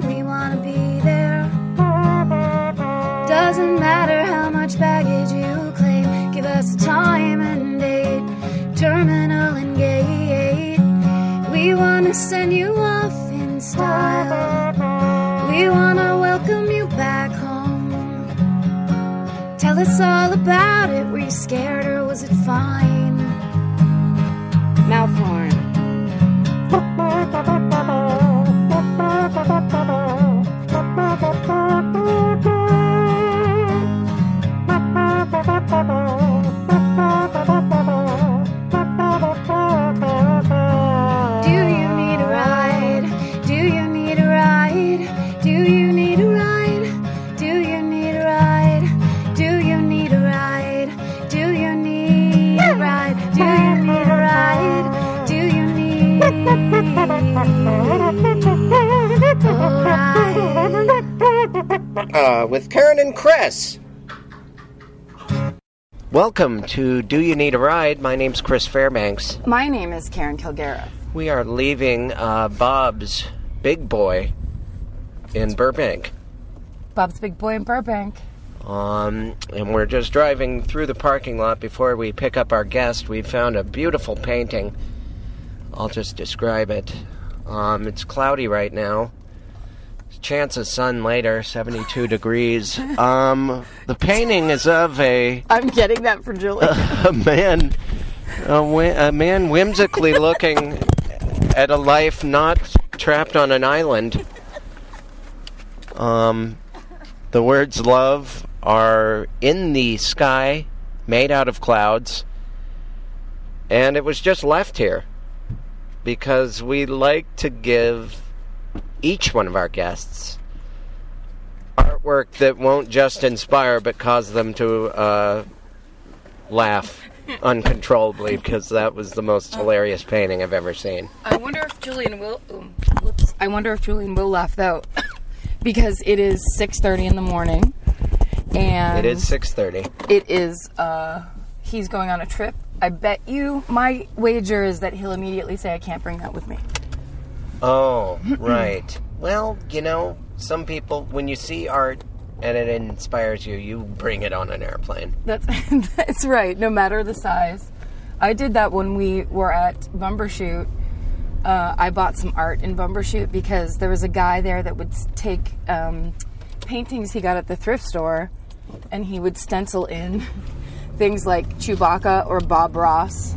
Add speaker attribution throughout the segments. Speaker 1: we want to be there. Doesn't matter how much baggage you claim, give us a time and date, terminal and gate. We want to send you off in style. We want to welcome you back home. Tell us all about it. Were you scared or was it fine? Mouth horn. Do you need a ride? Do you need a ride? Do you need a ride? Do you need a ride? Do you need a ride? Do you need a ride? Do you need a ride? Do you need a ride?
Speaker 2: Uh, with Karen and Chris. Welcome to Do You Need a Ride? My name's Chris Fairbanks.
Speaker 3: My name is Karen Kilgariff.
Speaker 2: We are leaving uh, Bob's Big Boy in Burbank.
Speaker 3: Bob's Big Boy in Burbank.
Speaker 2: Um, and we're just driving through the parking lot before we pick up our guest. We found a beautiful painting. I'll just describe it. Um, it's cloudy right now. Chance of sun later, 72 degrees. Um, the painting is of a
Speaker 3: I'm getting that for Julie.
Speaker 2: a man, a, whi- a man whimsically looking at a life not trapped on an island. Um, the words "love" are in the sky, made out of clouds, and it was just left here because we like to give each one of our guests artwork that won't just inspire but cause them to uh, laugh uncontrollably because that was the most
Speaker 3: Uh,
Speaker 2: hilarious painting I've ever seen.
Speaker 3: I wonder if Julian will. Um, whoops. I wonder if Julian will laugh though, because it is 6:30 in the morning, and
Speaker 2: It is 6:30.
Speaker 3: It is. Uh, he's going on a trip. I bet you my wager is that he'll immediately say, "I can't bring that with me."
Speaker 2: Oh, right. Well, you know, some people when you see art and it inspires you, you bring it on an airplane.
Speaker 3: That's that's right. No matter the size, I did that when we were at Bumbershoot. Uh, I bought some art in Bumbershoot because there was a guy there that would s- take um, paintings he got at the thrift store, and he would stencil in things like Chewbacca or Bob Ross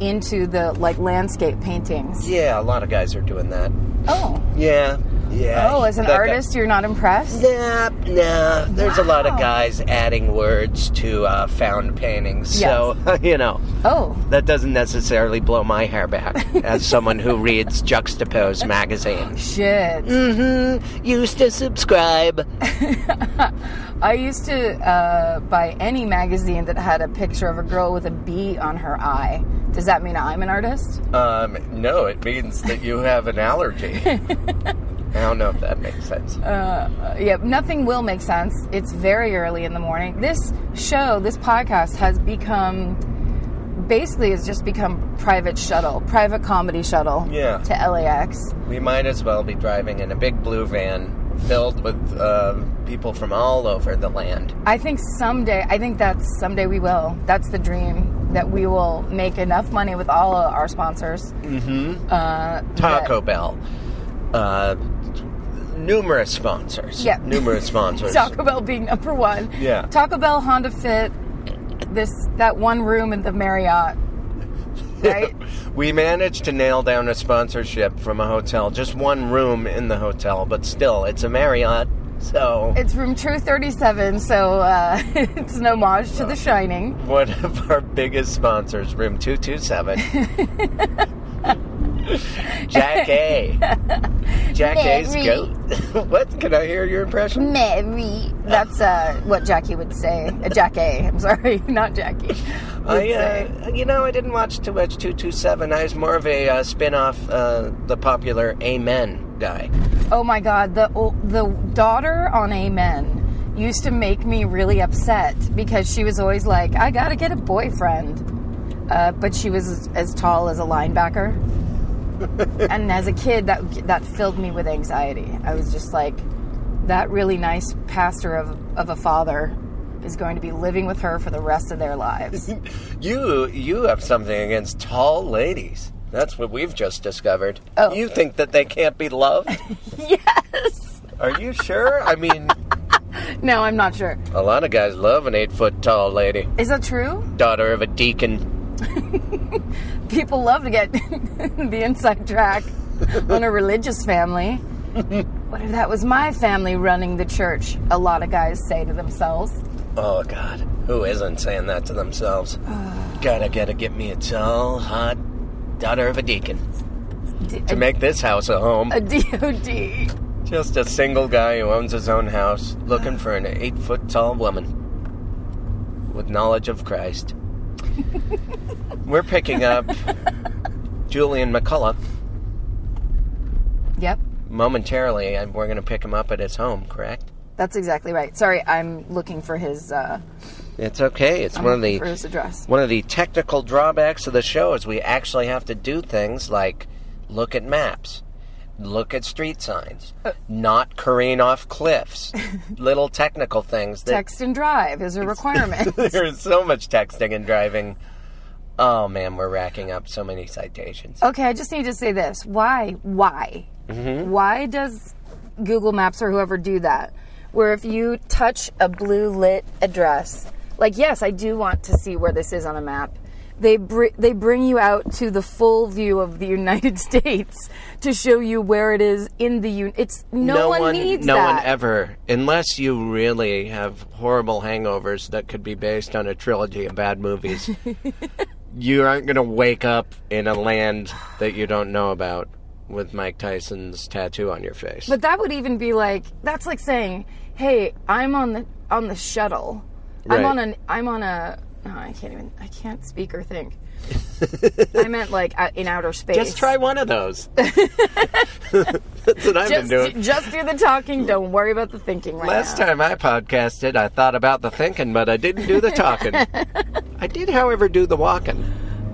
Speaker 3: into the like landscape paintings.
Speaker 2: Yeah, a lot of guys are doing that.
Speaker 3: Oh,
Speaker 2: Yeah. Yeah.
Speaker 3: oh! As an
Speaker 2: That guy-
Speaker 3: artist, you're not impressed.
Speaker 2: Nah, nah. There's a lot of
Speaker 3: Wow.
Speaker 2: guys adding words to uh, found paintings, so you know
Speaker 3: Oh,
Speaker 2: that doesn't necessarily blow my hair back as someone who reads Juxtapose magazine.
Speaker 3: shit.
Speaker 2: Mm-hmm. Used to subscribe.
Speaker 3: I used to uh, buy any magazine that had a picture of a girl with a bee on her eye. Does that mean I'm an artist?
Speaker 2: Um, no, it means that you have an allergy. I don't know if that makes sense.
Speaker 3: Uh, yeah, nothing will make sense. It's very early in the morning. This show, this podcast, has become basically has just become private shuttle, private comedy shuttle
Speaker 2: Yeah.
Speaker 3: to LAX.
Speaker 2: We might as well be driving in a big blue van filled with uh, people from all over the land.
Speaker 3: I think someday, I think that's someday we will. That's the dream that we will make enough money with all of our sponsors. Mm-hmm. Uh, that-
Speaker 2: Taco Bell. Uh, numerous sponsors.
Speaker 3: Yeah.
Speaker 2: Numerous sponsors.
Speaker 3: Taco Bell being number one.
Speaker 2: Yeah.
Speaker 3: Taco Bell, Honda Fit, this that one room in the Marriott. right?
Speaker 2: We managed to nail down a sponsorship from a hotel, just one room in the hotel, but still, it's a Marriott, so
Speaker 3: It's room 237, so uh, it's an homage to The Shining.
Speaker 2: one of our biggest sponsors, room 227. Jack A. Jack A's
Speaker 3: Mary.
Speaker 2: goat. what? Can I hear your impression?
Speaker 3: Mary. That's uh, what Jackie would say. Uh, Jack A. I'm sorry, not Jackie. Would
Speaker 2: I,
Speaker 3: say.
Speaker 2: uh, you know, I didn't watch too much 227. I was more of a uh, spin off, uh, the popular Amen guy.
Speaker 3: Oh my God, the ol- the daughter on Amen used to make me really upset because she was always like, "I gotta get a boyfriend," uh, but she was as tall as a linebacker. and as a kid, that that filled me with anxiety. I was just like, that really nice pastor of of a father is going to be living with her for the rest of their lives.
Speaker 2: You you have something against tall ladies. That's what we've just discovered.
Speaker 3: Oh.
Speaker 2: You think that they can't be loved?
Speaker 3: yes.
Speaker 2: Are you sure? I mean,
Speaker 3: No, I'm not sure.
Speaker 2: a lot of guys love an eight foot tall lady,
Speaker 3: Is that true?
Speaker 2: daughter of a deacon.
Speaker 3: people love to get the inside track on a religious family. what if that was my family running the church? A lot of guys say to themselves.
Speaker 2: Oh God, who isn't saying that to themselves?
Speaker 3: Uh.
Speaker 2: gotta gotta get me a tall, hot daughter of a deacon
Speaker 3: D-
Speaker 2: to make this house a home.
Speaker 3: a DOD.
Speaker 2: Just a single guy who owns his own house, looking for an eight foot tall woman with knowledge of Christ. We're picking up Julian McCullough
Speaker 3: Yep,
Speaker 2: momentarily, and we're going to pick him up at his home, correct?
Speaker 3: that's exactly right. Sorry, I'm looking for his. Uh,
Speaker 2: It's okay. It's
Speaker 3: I'm
Speaker 2: one of
Speaker 3: looking for his
Speaker 2: the
Speaker 3: address.
Speaker 2: one of the technical drawbacks of the show is we actually have to do things like look at maps, look at street signs, not careen off cliffs, little technical things that
Speaker 3: Text and drive is a requirement.
Speaker 2: There's so much texting and driving. Oh man, we're racking up so many citations.
Speaker 3: Okay, I just need to say this. Why? Why? Why does Google Maps or whoever do that? Where if you touch a blue lit address, like yes, I do want to see where this is on a map. They br- they bring you out to the full view of the United States to show you where it is in the un- it's no, one, needs
Speaker 2: no
Speaker 3: that.
Speaker 2: one ever, unless you really have horrible hangovers that could be based on a trilogy of bad movies. you aren't going to wake up in a land that you don't know about with Mike Tyson's tattoo on your face.
Speaker 3: But that would even be like that's like saying, "Hey, I'm on the on the shuttle.
Speaker 2: Right.
Speaker 3: I'm on an I'm on a oh, I can't even I can't speak or think." I meant like out- in outer space.
Speaker 2: Just try one of those. That's what I've been
Speaker 3: Just,
Speaker 2: doing.
Speaker 3: just do the talking. Don't worry about the thinking right
Speaker 2: Last
Speaker 3: now.
Speaker 2: time I podcasted, I thought about the thinking, but I didn't do the talking. I did, however, do the walking.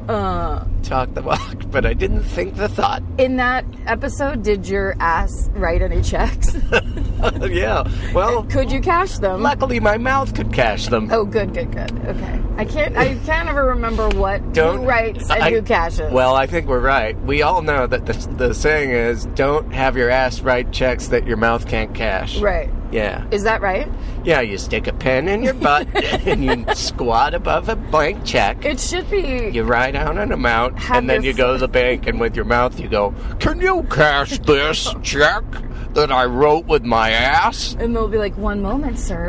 Speaker 3: Uh.
Speaker 2: Talk the walk, but I didn't think the thought.
Speaker 3: In that episode, did your ass write any checks?
Speaker 2: yeah. Well,
Speaker 3: Could you cash them?
Speaker 2: luckily my mouth could cash them.
Speaker 3: Oh, good, good, good. Okay. I can't. I can't ever remember what
Speaker 2: Don't
Speaker 3: who writes and
Speaker 2: I-
Speaker 3: who cashes.
Speaker 2: Well, I think we're right. We all know that the the saying is, "Don't have your ass write checks that your mouth can't cash."
Speaker 3: right.
Speaker 2: Yeah.
Speaker 3: Is that right?
Speaker 2: Yeah. You stick a pen in your butt and you squat above a blank check.
Speaker 3: It should be.
Speaker 2: You write down an amount,
Speaker 3: Have
Speaker 2: and then
Speaker 3: your
Speaker 2: you go to the bank, and with your mouth, you go, Can you cash this check that I wrote with my ass?
Speaker 3: And they'll be like, one moment, sir.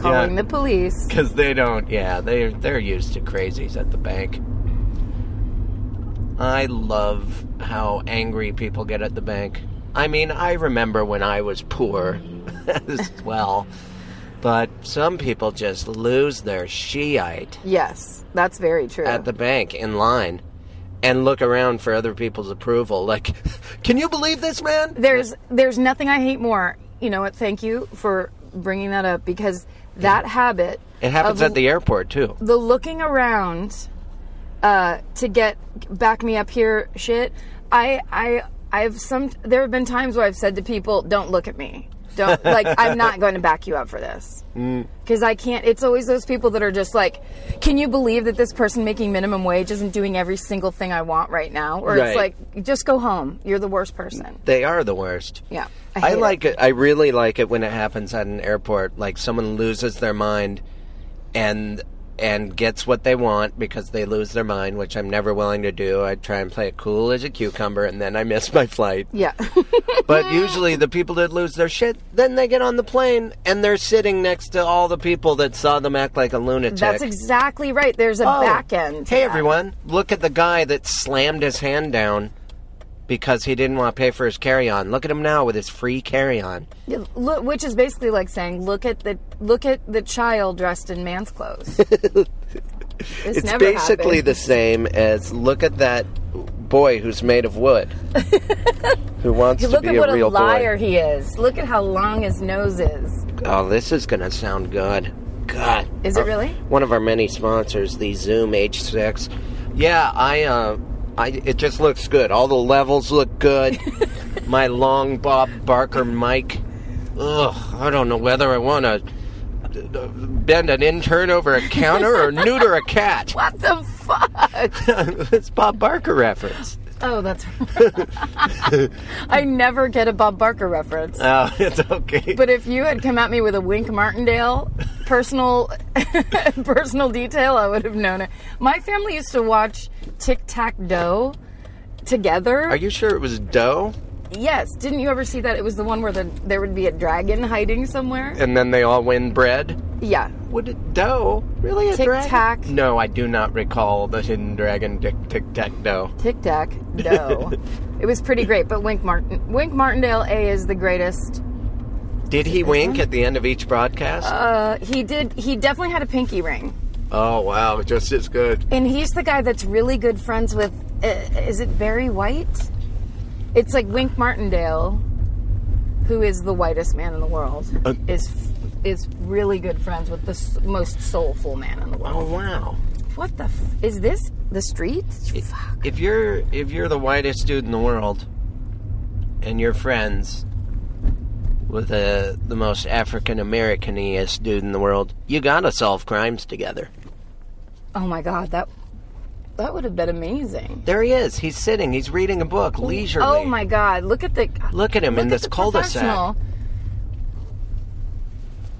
Speaker 3: Calling the police.
Speaker 2: Because they don't, yeah, they, they're used to crazies at the bank. I love how angry people get at the bank. I mean, I remember when I was poor as well, but some people just lose their shiite.
Speaker 3: Yes, that's very true.
Speaker 2: at the bank in line and look around for other people's approval. Like, can you believe this man?
Speaker 3: there's there's nothing I hate more. You know what? Thank you for bringing that up because that habit
Speaker 2: It happens
Speaker 3: of
Speaker 2: at the airport too.
Speaker 3: the looking around uh, to get back me up here shit. I I I've some there have been times where I've said to people, "Don't look at me. Don't like I'm not going to back you up for this."
Speaker 2: Mm.
Speaker 3: Because I can't. It's always those people that are just like, "Can you believe that this person making minimum wage isn't doing every single thing I want right now?" Or
Speaker 2: Right.
Speaker 3: it's like, "Just go home. You're the worst person."
Speaker 2: They are the worst.
Speaker 3: Yeah, I
Speaker 2: I,
Speaker 3: hate it.
Speaker 2: like it. I really like it when it happens at an airport. Like someone loses their mind, and and gets what they want because they lose their mind, which I'm never willing to do. I try and play it cool as a cucumber, and then I miss my flight.
Speaker 3: Yeah.
Speaker 2: But usually, the people that lose their shit, then they get on the plane and they're sitting next to all the people that saw them act like a lunatic.
Speaker 3: That's exactly right. There's a
Speaker 2: Oh.
Speaker 3: back end. to
Speaker 2: Hey,
Speaker 3: that.
Speaker 2: everyone! Look at the guy that slammed his hand down because he didn't want to pay for his carry-on. Look at him now with his free carry-on.
Speaker 3: Yeah, look- Which is basically like saying, look at the look at the child dressed in man's clothes. this
Speaker 2: It's
Speaker 3: never
Speaker 2: basically
Speaker 3: happened.
Speaker 2: the same as look at that boy who's made of wood, who wants to
Speaker 3: Look
Speaker 2: be
Speaker 3: at what
Speaker 2: a
Speaker 3: a,
Speaker 2: real
Speaker 3: liar he is. Look at how long his nose is.
Speaker 2: boy. Oh, this is gonna sound good. God,
Speaker 3: Is it
Speaker 2: Our-
Speaker 3: really?
Speaker 2: One of our many sponsors, the Zoom H6. Yeah, I, uh, I, it just looks good. All the levels look good. My long Bob Barker mic. Ugh, I don't know whether I want to bend an intern over a counter or neuter a cat.
Speaker 3: What the fuck?
Speaker 2: it's Bob Barker reference.
Speaker 3: oh, that's. I never get a Bob Barker reference.
Speaker 2: Oh, it's okay.
Speaker 3: But if you had come at me with a Wink Martindale personal personal detail, I would have known it. My family used to watch Tic Tac Doe together.
Speaker 2: Are you sure it was dough?
Speaker 3: yes, didn't you ever see that? It was the one where the, there would be a dragon hiding somewhere.
Speaker 2: And then they all win bread?
Speaker 3: Yeah,
Speaker 2: Would it dough? Really a
Speaker 3: Tic
Speaker 2: dragon?
Speaker 3: Tac.
Speaker 2: No, I do not recall the hidden dragon tic tic tac dough.
Speaker 3: Tic Tac Doe. it was pretty great. But Wink Martin Wink Martindale A is the greatest.
Speaker 2: Did he wink at the end of each broadcast?
Speaker 3: Uh, he did. He definitely had a pinky ring.
Speaker 2: oh wow, just as good.
Speaker 3: And he's the guy that's really good friends with. Uh, is it Barry White? It's like Wink Martindale, who is the whitest man in the world,
Speaker 2: Uh,
Speaker 3: is f- is really good friends with the s- most soulful man in the world.
Speaker 2: Oh wow.
Speaker 3: What the f- is this? The street? Fuck.
Speaker 2: If you're if you're the whitest dude in the world and you're friends with uh, the the most African Americaniest dude in the world, you gotta solve crimes together.
Speaker 3: Oh my god, that that would have been amazing.
Speaker 2: There he is. He's sitting. He's reading a book leisurely.
Speaker 3: Oh my god, look at the
Speaker 2: Look at him
Speaker 3: look
Speaker 2: in
Speaker 3: at
Speaker 2: this
Speaker 3: the
Speaker 2: cul-de-sac.
Speaker 3: professional.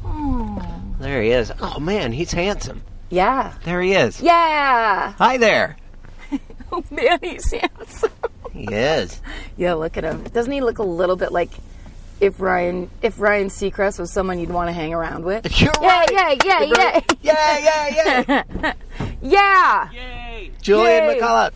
Speaker 3: Oh
Speaker 2: There he is. Oh man, he's handsome.
Speaker 3: yeah,
Speaker 2: There he is.
Speaker 3: yeah.
Speaker 2: Hi there.
Speaker 3: Oh man, he's handsome.
Speaker 2: He is.
Speaker 3: Yeah, look at him. Doesn't he look a little bit like if Ryan if Ryan Seacrest was someone you'd want to hang around with?
Speaker 2: You're
Speaker 3: Yeah,
Speaker 2: right.
Speaker 3: yeah, yeah, yeah,
Speaker 2: Yeah, yeah, yeah.
Speaker 3: yeah.
Speaker 2: Julian
Speaker 3: Yay.
Speaker 2: McCullough.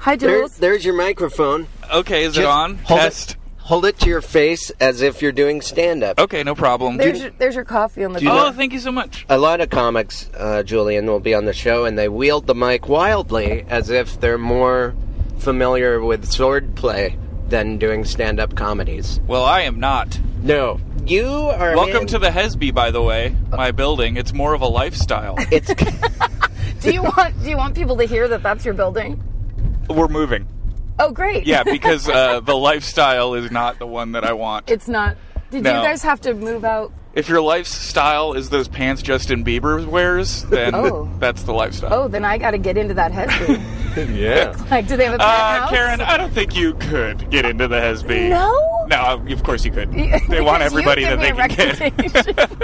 Speaker 3: Hi,
Speaker 2: There,
Speaker 3: Jules.
Speaker 2: there's your microphone.
Speaker 4: Okay, is it
Speaker 2: Just
Speaker 4: on?
Speaker 2: hold it.
Speaker 4: Test.
Speaker 2: Hold it to your face as if you're doing stand up.
Speaker 4: Okay, no problem.
Speaker 3: There's your, there's your coffee on the
Speaker 2: you
Speaker 3: table.
Speaker 4: oh, thank you so much.
Speaker 2: A lot of comics, uh, Julian, will be on the show and they wield the mic wildly as if they're more familiar with swordplay than doing stand up comedies.
Speaker 4: Well, I am not.
Speaker 2: No. You are. a
Speaker 4: Welcome
Speaker 2: man-
Speaker 4: to the Hesby, by the way. My building. It's more of a lifestyle.
Speaker 2: It's,
Speaker 3: Do you want do you want people to hear that that's your building?
Speaker 4: We're moving.
Speaker 3: Oh, great.
Speaker 4: Yeah, because uh, the lifestyle is not the one that I want.
Speaker 3: It's not. Did you
Speaker 4: No.
Speaker 3: guys have to move out?
Speaker 4: If your lifestyle is those pants Justin Bieber wears, then
Speaker 3: Oh.
Speaker 4: that's the lifestyle.
Speaker 3: Oh, then I got to get into that Hesby.
Speaker 2: yeah.
Speaker 3: like, do they have a penthouse?
Speaker 4: Uh, Karen, I don't think you could get into the Hesby.
Speaker 3: No?
Speaker 4: No, of course you could.
Speaker 3: Because
Speaker 4: They want
Speaker 3: you
Speaker 4: everybody
Speaker 3: give
Speaker 4: that they
Speaker 3: me a
Speaker 4: can
Speaker 3: recommendation.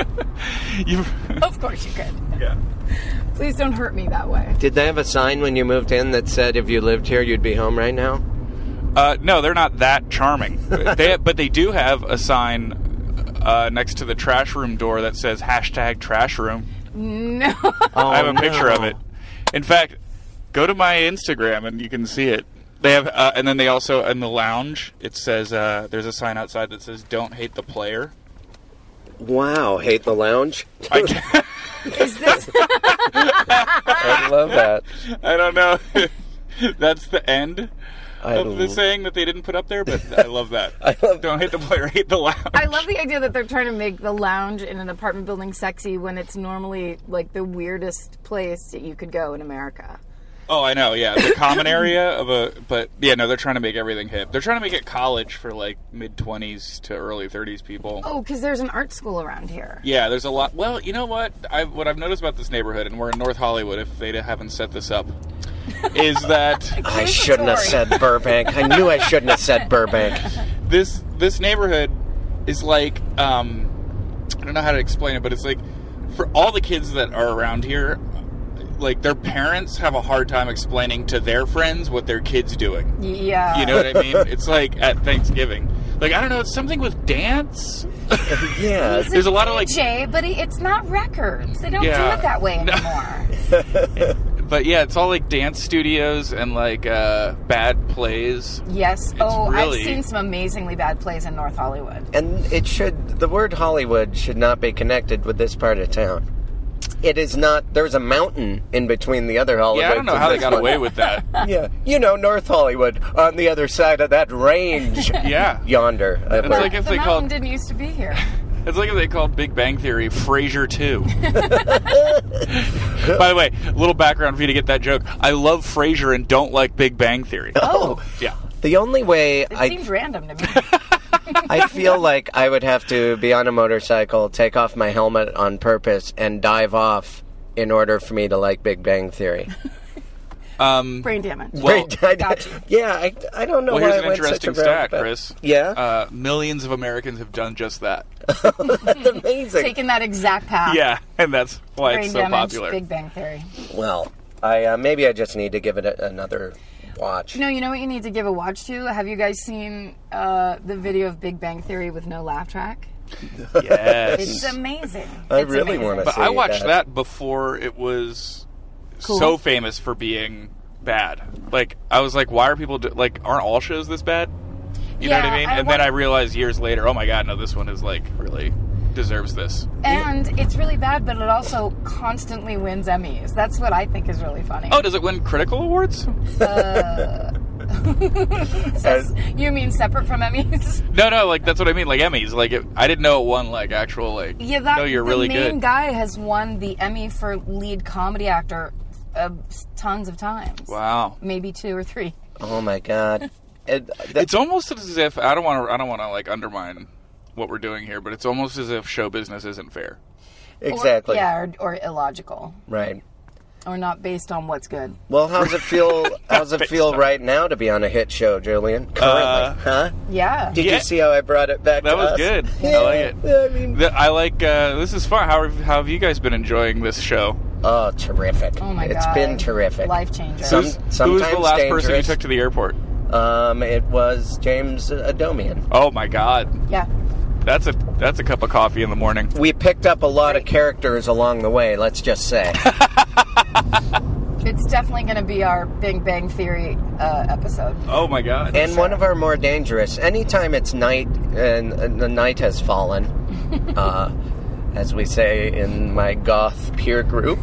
Speaker 4: get. you,
Speaker 3: of course you could.
Speaker 4: yeah.
Speaker 3: Please don't hurt me that way.
Speaker 2: Did they have a sign when you moved in that said if you lived here, you'd be home right now?
Speaker 4: Uh, no, they're not that charming. they, but they do have a sign uh, next to the trash room door that says hashtag trash room.
Speaker 3: No.
Speaker 2: Oh,
Speaker 4: I have a
Speaker 2: no.
Speaker 4: picture of it. In fact, go to my Instagram and you can see it. They have, uh, and then they also in the lounge. It says uh, there's a sign outside that says "Don't hate the player."
Speaker 2: Wow, hate the lounge.
Speaker 4: I, can't-
Speaker 3: Is this
Speaker 2: I love that.
Speaker 4: I don't know. That's the end
Speaker 2: I,
Speaker 4: of the saying that they didn't put up there, but I love that.
Speaker 2: I love-
Speaker 4: Don't hate the player, hate the lounge.
Speaker 3: I love the idea that they're trying to make the lounge in an apartment building sexy when it's normally like the weirdest place that you could go in America.
Speaker 4: Oh, I know. Yeah, the common area of a, but yeah, no, they're trying to make everything hip. They're trying to make it college for like mid twenties to early thirties people.
Speaker 3: Oh, because there's an art school around here.
Speaker 4: Yeah, there's a lot. Well, you know what? I what I've noticed about this neighborhood, and we're in North Hollywood. If they haven't set this up, is that
Speaker 2: I shouldn't have
Speaker 3: Sorry.
Speaker 2: said Burbank. I knew I shouldn't have said Burbank.
Speaker 4: this this neighborhood is like um, I don't know how to explain it, but it's like for all the kids that are around here, like their parents have a hard time explaining to their friends what their kids doing.
Speaker 3: Yeah.
Speaker 4: You know what I mean? It's like at Thanksgiving. Like I don't know, it's something with dance.
Speaker 2: Yeah.
Speaker 3: He's
Speaker 4: There's a lot of, like-
Speaker 3: DJ, but he, it's not records. They don't
Speaker 4: Yeah.
Speaker 3: do it that way
Speaker 4: No.
Speaker 3: anymore.
Speaker 4: But yeah, it's all like dance studios and like uh, bad plays.
Speaker 3: yes. oh,
Speaker 4: really-
Speaker 3: I've seen some amazingly bad plays in North Hollywood.
Speaker 2: And it should, the word Hollywood should not be connected with this part of town. It is not, there's a mountain in between the other Hollywoods.
Speaker 4: Yeah, I don't know
Speaker 2: and
Speaker 4: how they
Speaker 2: this
Speaker 4: got
Speaker 2: one.
Speaker 4: away with that.
Speaker 2: Yeah. You know, North Hollywood on the other side of that range
Speaker 4: Yeah.
Speaker 2: yonder.
Speaker 4: It's like if
Speaker 3: the
Speaker 4: they
Speaker 3: mountain
Speaker 4: called
Speaker 3: didn't used to be here.
Speaker 4: It's like if they called Big Bang Theory Frasier 2. By the way, a little background for you to get that joke. I love Frasier and don't like Big Bang Theory.
Speaker 3: Oh,
Speaker 4: Yeah.
Speaker 2: the only way
Speaker 3: it
Speaker 2: I
Speaker 3: seems random to me.
Speaker 2: I feel like I would have to be on a motorcycle, take off my helmet on purpose, and dive off in order for me to like Big Bang Theory.
Speaker 4: Um,
Speaker 3: Brain damage.
Speaker 4: Well-
Speaker 2: I-
Speaker 3: Gotcha.
Speaker 2: yeah, I, I don't know
Speaker 4: well,
Speaker 2: why
Speaker 4: here's
Speaker 2: I
Speaker 4: an
Speaker 2: went such a
Speaker 4: interesting
Speaker 2: route,
Speaker 4: stat,
Speaker 2: but-
Speaker 4: Chris.
Speaker 2: Yeah,
Speaker 4: Uh, millions of Americans have done just that.
Speaker 2: amazing.
Speaker 3: Taking that exact path.
Speaker 4: Yeah, and that's why
Speaker 3: Brain
Speaker 4: it's so
Speaker 3: damage.
Speaker 4: popular.
Speaker 3: Big Bang Theory.
Speaker 2: well, I uh, maybe I just need to give it a, another watch.
Speaker 3: You know, you know what you need to give a watch to. Have you guys seen uh, the video of Big Bang Theory with no laugh track? It's
Speaker 4: yes.
Speaker 3: amazing.
Speaker 2: I
Speaker 3: It's
Speaker 2: really
Speaker 3: amazing.
Speaker 2: want to.
Speaker 4: But I watched that. before it was
Speaker 3: Cool.
Speaker 4: so famous for being bad. Like, I was like, why are people, do- like, aren't all shows this bad? You know
Speaker 3: Yeah,
Speaker 4: what I mean?
Speaker 3: I
Speaker 4: and
Speaker 3: want-
Speaker 4: then I realized years later, oh my god, no, this one is like really deserves this.
Speaker 3: And it's really bad, but it also constantly wins Emmys. That's what I think is really funny.
Speaker 4: Oh, does it win critical awards?
Speaker 3: You mean separate from Emmys?
Speaker 4: No, no, like that's what I mean, like Emmys. Like it, I didn't know it won like actual like.
Speaker 3: Yeah, that
Speaker 4: no, you're
Speaker 3: the
Speaker 4: really
Speaker 3: main
Speaker 4: good.
Speaker 3: guy has won the Emmy for lead comedy actor uh, tons of times.
Speaker 4: Wow,
Speaker 3: Maybe two or three.
Speaker 2: Oh my god. It, that,
Speaker 4: it's almost as if I don't want to. I don't want to like undermine what we're doing here, but it's almost as if show business isn't fair.
Speaker 3: Or-
Speaker 2: exactly
Speaker 3: yeah, or, or illogical,
Speaker 2: right.
Speaker 3: or not based on what's good.
Speaker 2: Well, how's it feel? How's it feel right now to be on a hit show, Julian? Currently, huh?
Speaker 3: Yeah.
Speaker 2: Did
Speaker 4: Uh, Yeah.
Speaker 2: you see how I brought it back?
Speaker 4: That
Speaker 2: to
Speaker 4: was
Speaker 2: us?
Speaker 4: good.
Speaker 2: Yeah,
Speaker 4: I like it.
Speaker 2: I mean,
Speaker 4: Th- I like uh, this is fun. How, have- how have you guys been enjoying this show?
Speaker 2: oh, terrific!
Speaker 3: oh my god.
Speaker 2: it's been terrific.
Speaker 3: Life changer.
Speaker 2: Some-
Speaker 4: Who's, who was
Speaker 2: sometimes
Speaker 4: the last person you
Speaker 2: dangerous.
Speaker 4: took to the airport?
Speaker 2: Um, it was James Adomian.
Speaker 4: Oh my god,
Speaker 3: yeah.
Speaker 4: that's a that's a cup of coffee in the morning.
Speaker 2: We picked up a lot of characters along the way. Let's just say.
Speaker 3: It's definitely going to be our Big Bang Theory uh, episode.
Speaker 4: Oh my god.
Speaker 2: And one of our more dangerous. Anytime it's night and, and the night has fallen, uh, as we say in my goth peer group.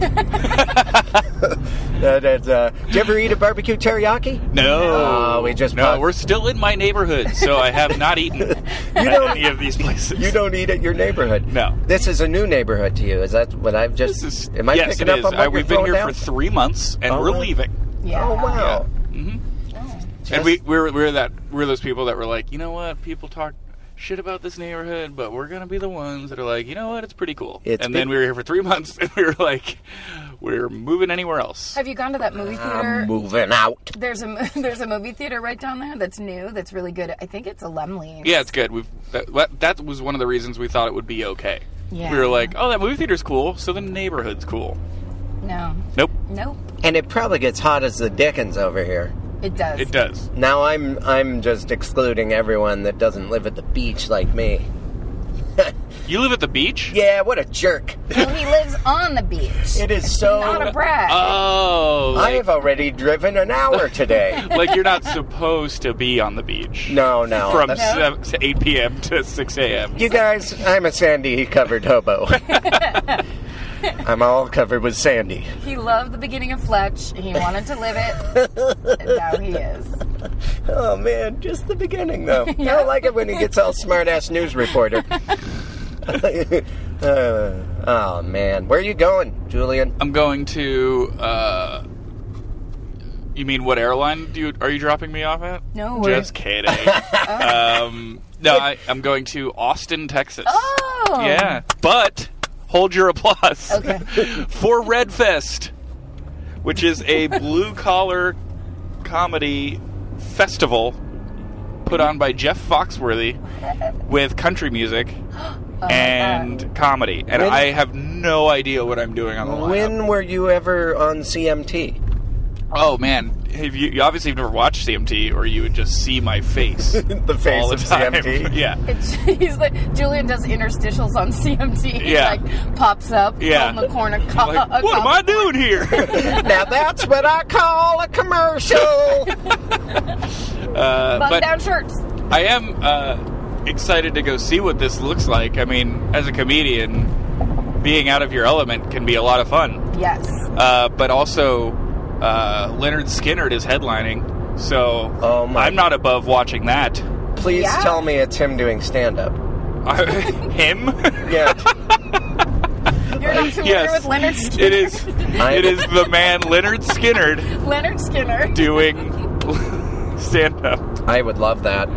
Speaker 2: that is, uh, do you ever eat a barbecue teriyaki?
Speaker 4: No,
Speaker 2: No, we just
Speaker 4: no.
Speaker 2: paused.
Speaker 4: We're still in my neighborhood, so I have not eaten at
Speaker 2: don't-
Speaker 4: any of these places.
Speaker 2: You don't eat at your neighborhood.
Speaker 4: No.
Speaker 2: This is a new neighborhood to you. Is that what I've just?
Speaker 4: This is,
Speaker 2: am I
Speaker 4: yes,
Speaker 2: picking
Speaker 4: it
Speaker 2: up
Speaker 4: is.
Speaker 2: on what
Speaker 4: I-
Speaker 2: you're
Speaker 4: We've been
Speaker 2: throwing
Speaker 4: here
Speaker 2: down?
Speaker 4: for three months, and
Speaker 2: Oh,
Speaker 4: we're
Speaker 2: wow.
Speaker 4: leaving.
Speaker 3: Yeah.
Speaker 2: Oh wow!
Speaker 4: Mm-hmm.
Speaker 2: Oh.
Speaker 4: and we we're, we're that we're those people that were like, you know what? People talk shit about this neighborhood, but we're gonna be the ones that are like, you know what? It's pretty cool.
Speaker 2: It's
Speaker 4: and
Speaker 2: big-
Speaker 4: then we were here for three months, and we were like, we're moving anywhere else.
Speaker 3: Have you gone to that movie theater?
Speaker 2: I'm moving out.
Speaker 3: there's a mo- there's a movie theater right down there that's new. That's really good. I think it's a Lemley.
Speaker 4: Yeah, it's good. We've that, that- that was one of the reasons we thought it would be okay.
Speaker 3: Yeah.
Speaker 4: We were like, oh, that movie theater's cool, so the neighborhood's cool.
Speaker 3: No.
Speaker 4: Nope,
Speaker 3: Nope.
Speaker 2: And it probably gets hot as the dickens over here.
Speaker 3: It does.
Speaker 4: it does.
Speaker 2: Now I'm I'm just excluding everyone that doesn't live at the beach like me.
Speaker 4: You live at the beach?
Speaker 2: Yeah, what a jerk.
Speaker 3: Well, he lives on the beach.
Speaker 2: It is so
Speaker 3: Not a brag.
Speaker 4: Oh,
Speaker 2: I
Speaker 4: like,
Speaker 2: have already driven an hour today.
Speaker 4: like you're not supposed to be on the beach.
Speaker 2: no, no.
Speaker 4: From
Speaker 2: That's-
Speaker 4: seven, to 8 p.m. to 6 a.m.
Speaker 2: you guys, I'm a sandy covered hobo. I'm all covered with sandy.
Speaker 3: he loved the beginning of Fletch. He wanted to live it. and now he is.
Speaker 2: Oh man, just the beginning though. I don't like it when he gets all smart ass news reporter. Uh, oh man, where are you going, Julian?
Speaker 4: I'm going to. Uh, you mean what airline do you, are you dropping me off at?
Speaker 3: No, we're-
Speaker 4: just kidding. um, no, I, I'm going to Austin, Texas.
Speaker 3: Oh.
Speaker 4: Yeah, but hold your applause
Speaker 3: Okay.
Speaker 4: for Red Fest, which is a blue collar comedy festival put on by Jeff
Speaker 3: Oh
Speaker 4: Foxworthy with country music and comedy. And I have no idea what I'm doing on the lineup.
Speaker 2: When were you ever on CMT?
Speaker 4: Oh man, have you, you obviously have never watched CMT, or you would just see my face
Speaker 2: The face
Speaker 4: all the
Speaker 2: of
Speaker 4: time.
Speaker 2: CMT.
Speaker 4: yeah,
Speaker 3: It's, he's like Julian does interstitials on CMT. He
Speaker 4: Yeah.
Speaker 3: like pops up
Speaker 4: Yeah.
Speaker 3: on the corner.
Speaker 4: like
Speaker 3: uh,
Speaker 4: what am I doing here?
Speaker 2: now that's what I call a commercial.
Speaker 4: uh,
Speaker 3: Button
Speaker 4: but
Speaker 3: down shirts.
Speaker 4: I am uh, excited to go see what this looks like. I mean, as a comedian, being out of your element can be a lot of fun.
Speaker 3: Yes.
Speaker 4: Uh, but also, uh, Leonard Skinner is headlining, so
Speaker 2: Oh, my-
Speaker 4: I'm not above watching that.
Speaker 2: Please
Speaker 3: Yeah.
Speaker 2: tell me it's him doing stand up.
Speaker 4: Him?
Speaker 2: Yeah.
Speaker 3: You're not familiar
Speaker 4: yes.
Speaker 3: with Leonard Skinner.
Speaker 4: It is.
Speaker 2: I-
Speaker 4: It is the man Leonard Skinner
Speaker 3: Leonard Skinner.
Speaker 4: doing stand up.
Speaker 2: I would love that.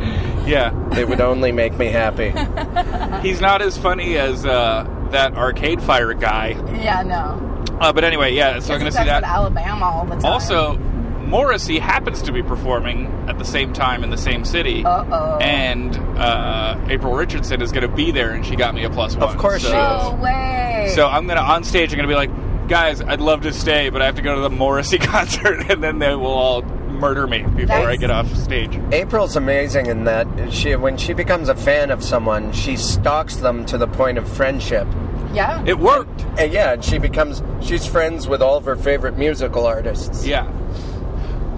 Speaker 4: Yeah,
Speaker 2: It would only make me happy.
Speaker 3: Uh-huh.
Speaker 4: he's not as funny as uh, that Arcade Fire guy.
Speaker 3: Yeah, no.
Speaker 4: Uh, but anyway, yeah, so I'm going to see
Speaker 3: That's
Speaker 4: that.
Speaker 3: what Alabama all the time.
Speaker 4: Also, Morrissey happens to be performing at the same time in the same city,
Speaker 3: Uh-oh.
Speaker 4: and uh, April Richardson is going to be there, and she got me a plus one.
Speaker 2: Of course
Speaker 4: so,
Speaker 2: she is.
Speaker 3: no way.
Speaker 4: So I'm going to on stage. I'm going to be like, guys, I'd love to stay, but I have to go to the Morrissey concert, and then they will all murder me before I
Speaker 3: That's-
Speaker 4: get off stage.
Speaker 2: April's amazing in that she, when she becomes a fan of someone, she stalks them to the point of friendship.
Speaker 3: yeah.
Speaker 4: It worked.
Speaker 2: And yeah, and she becomes she's friends with all of her favorite musical artists.
Speaker 4: Yeah.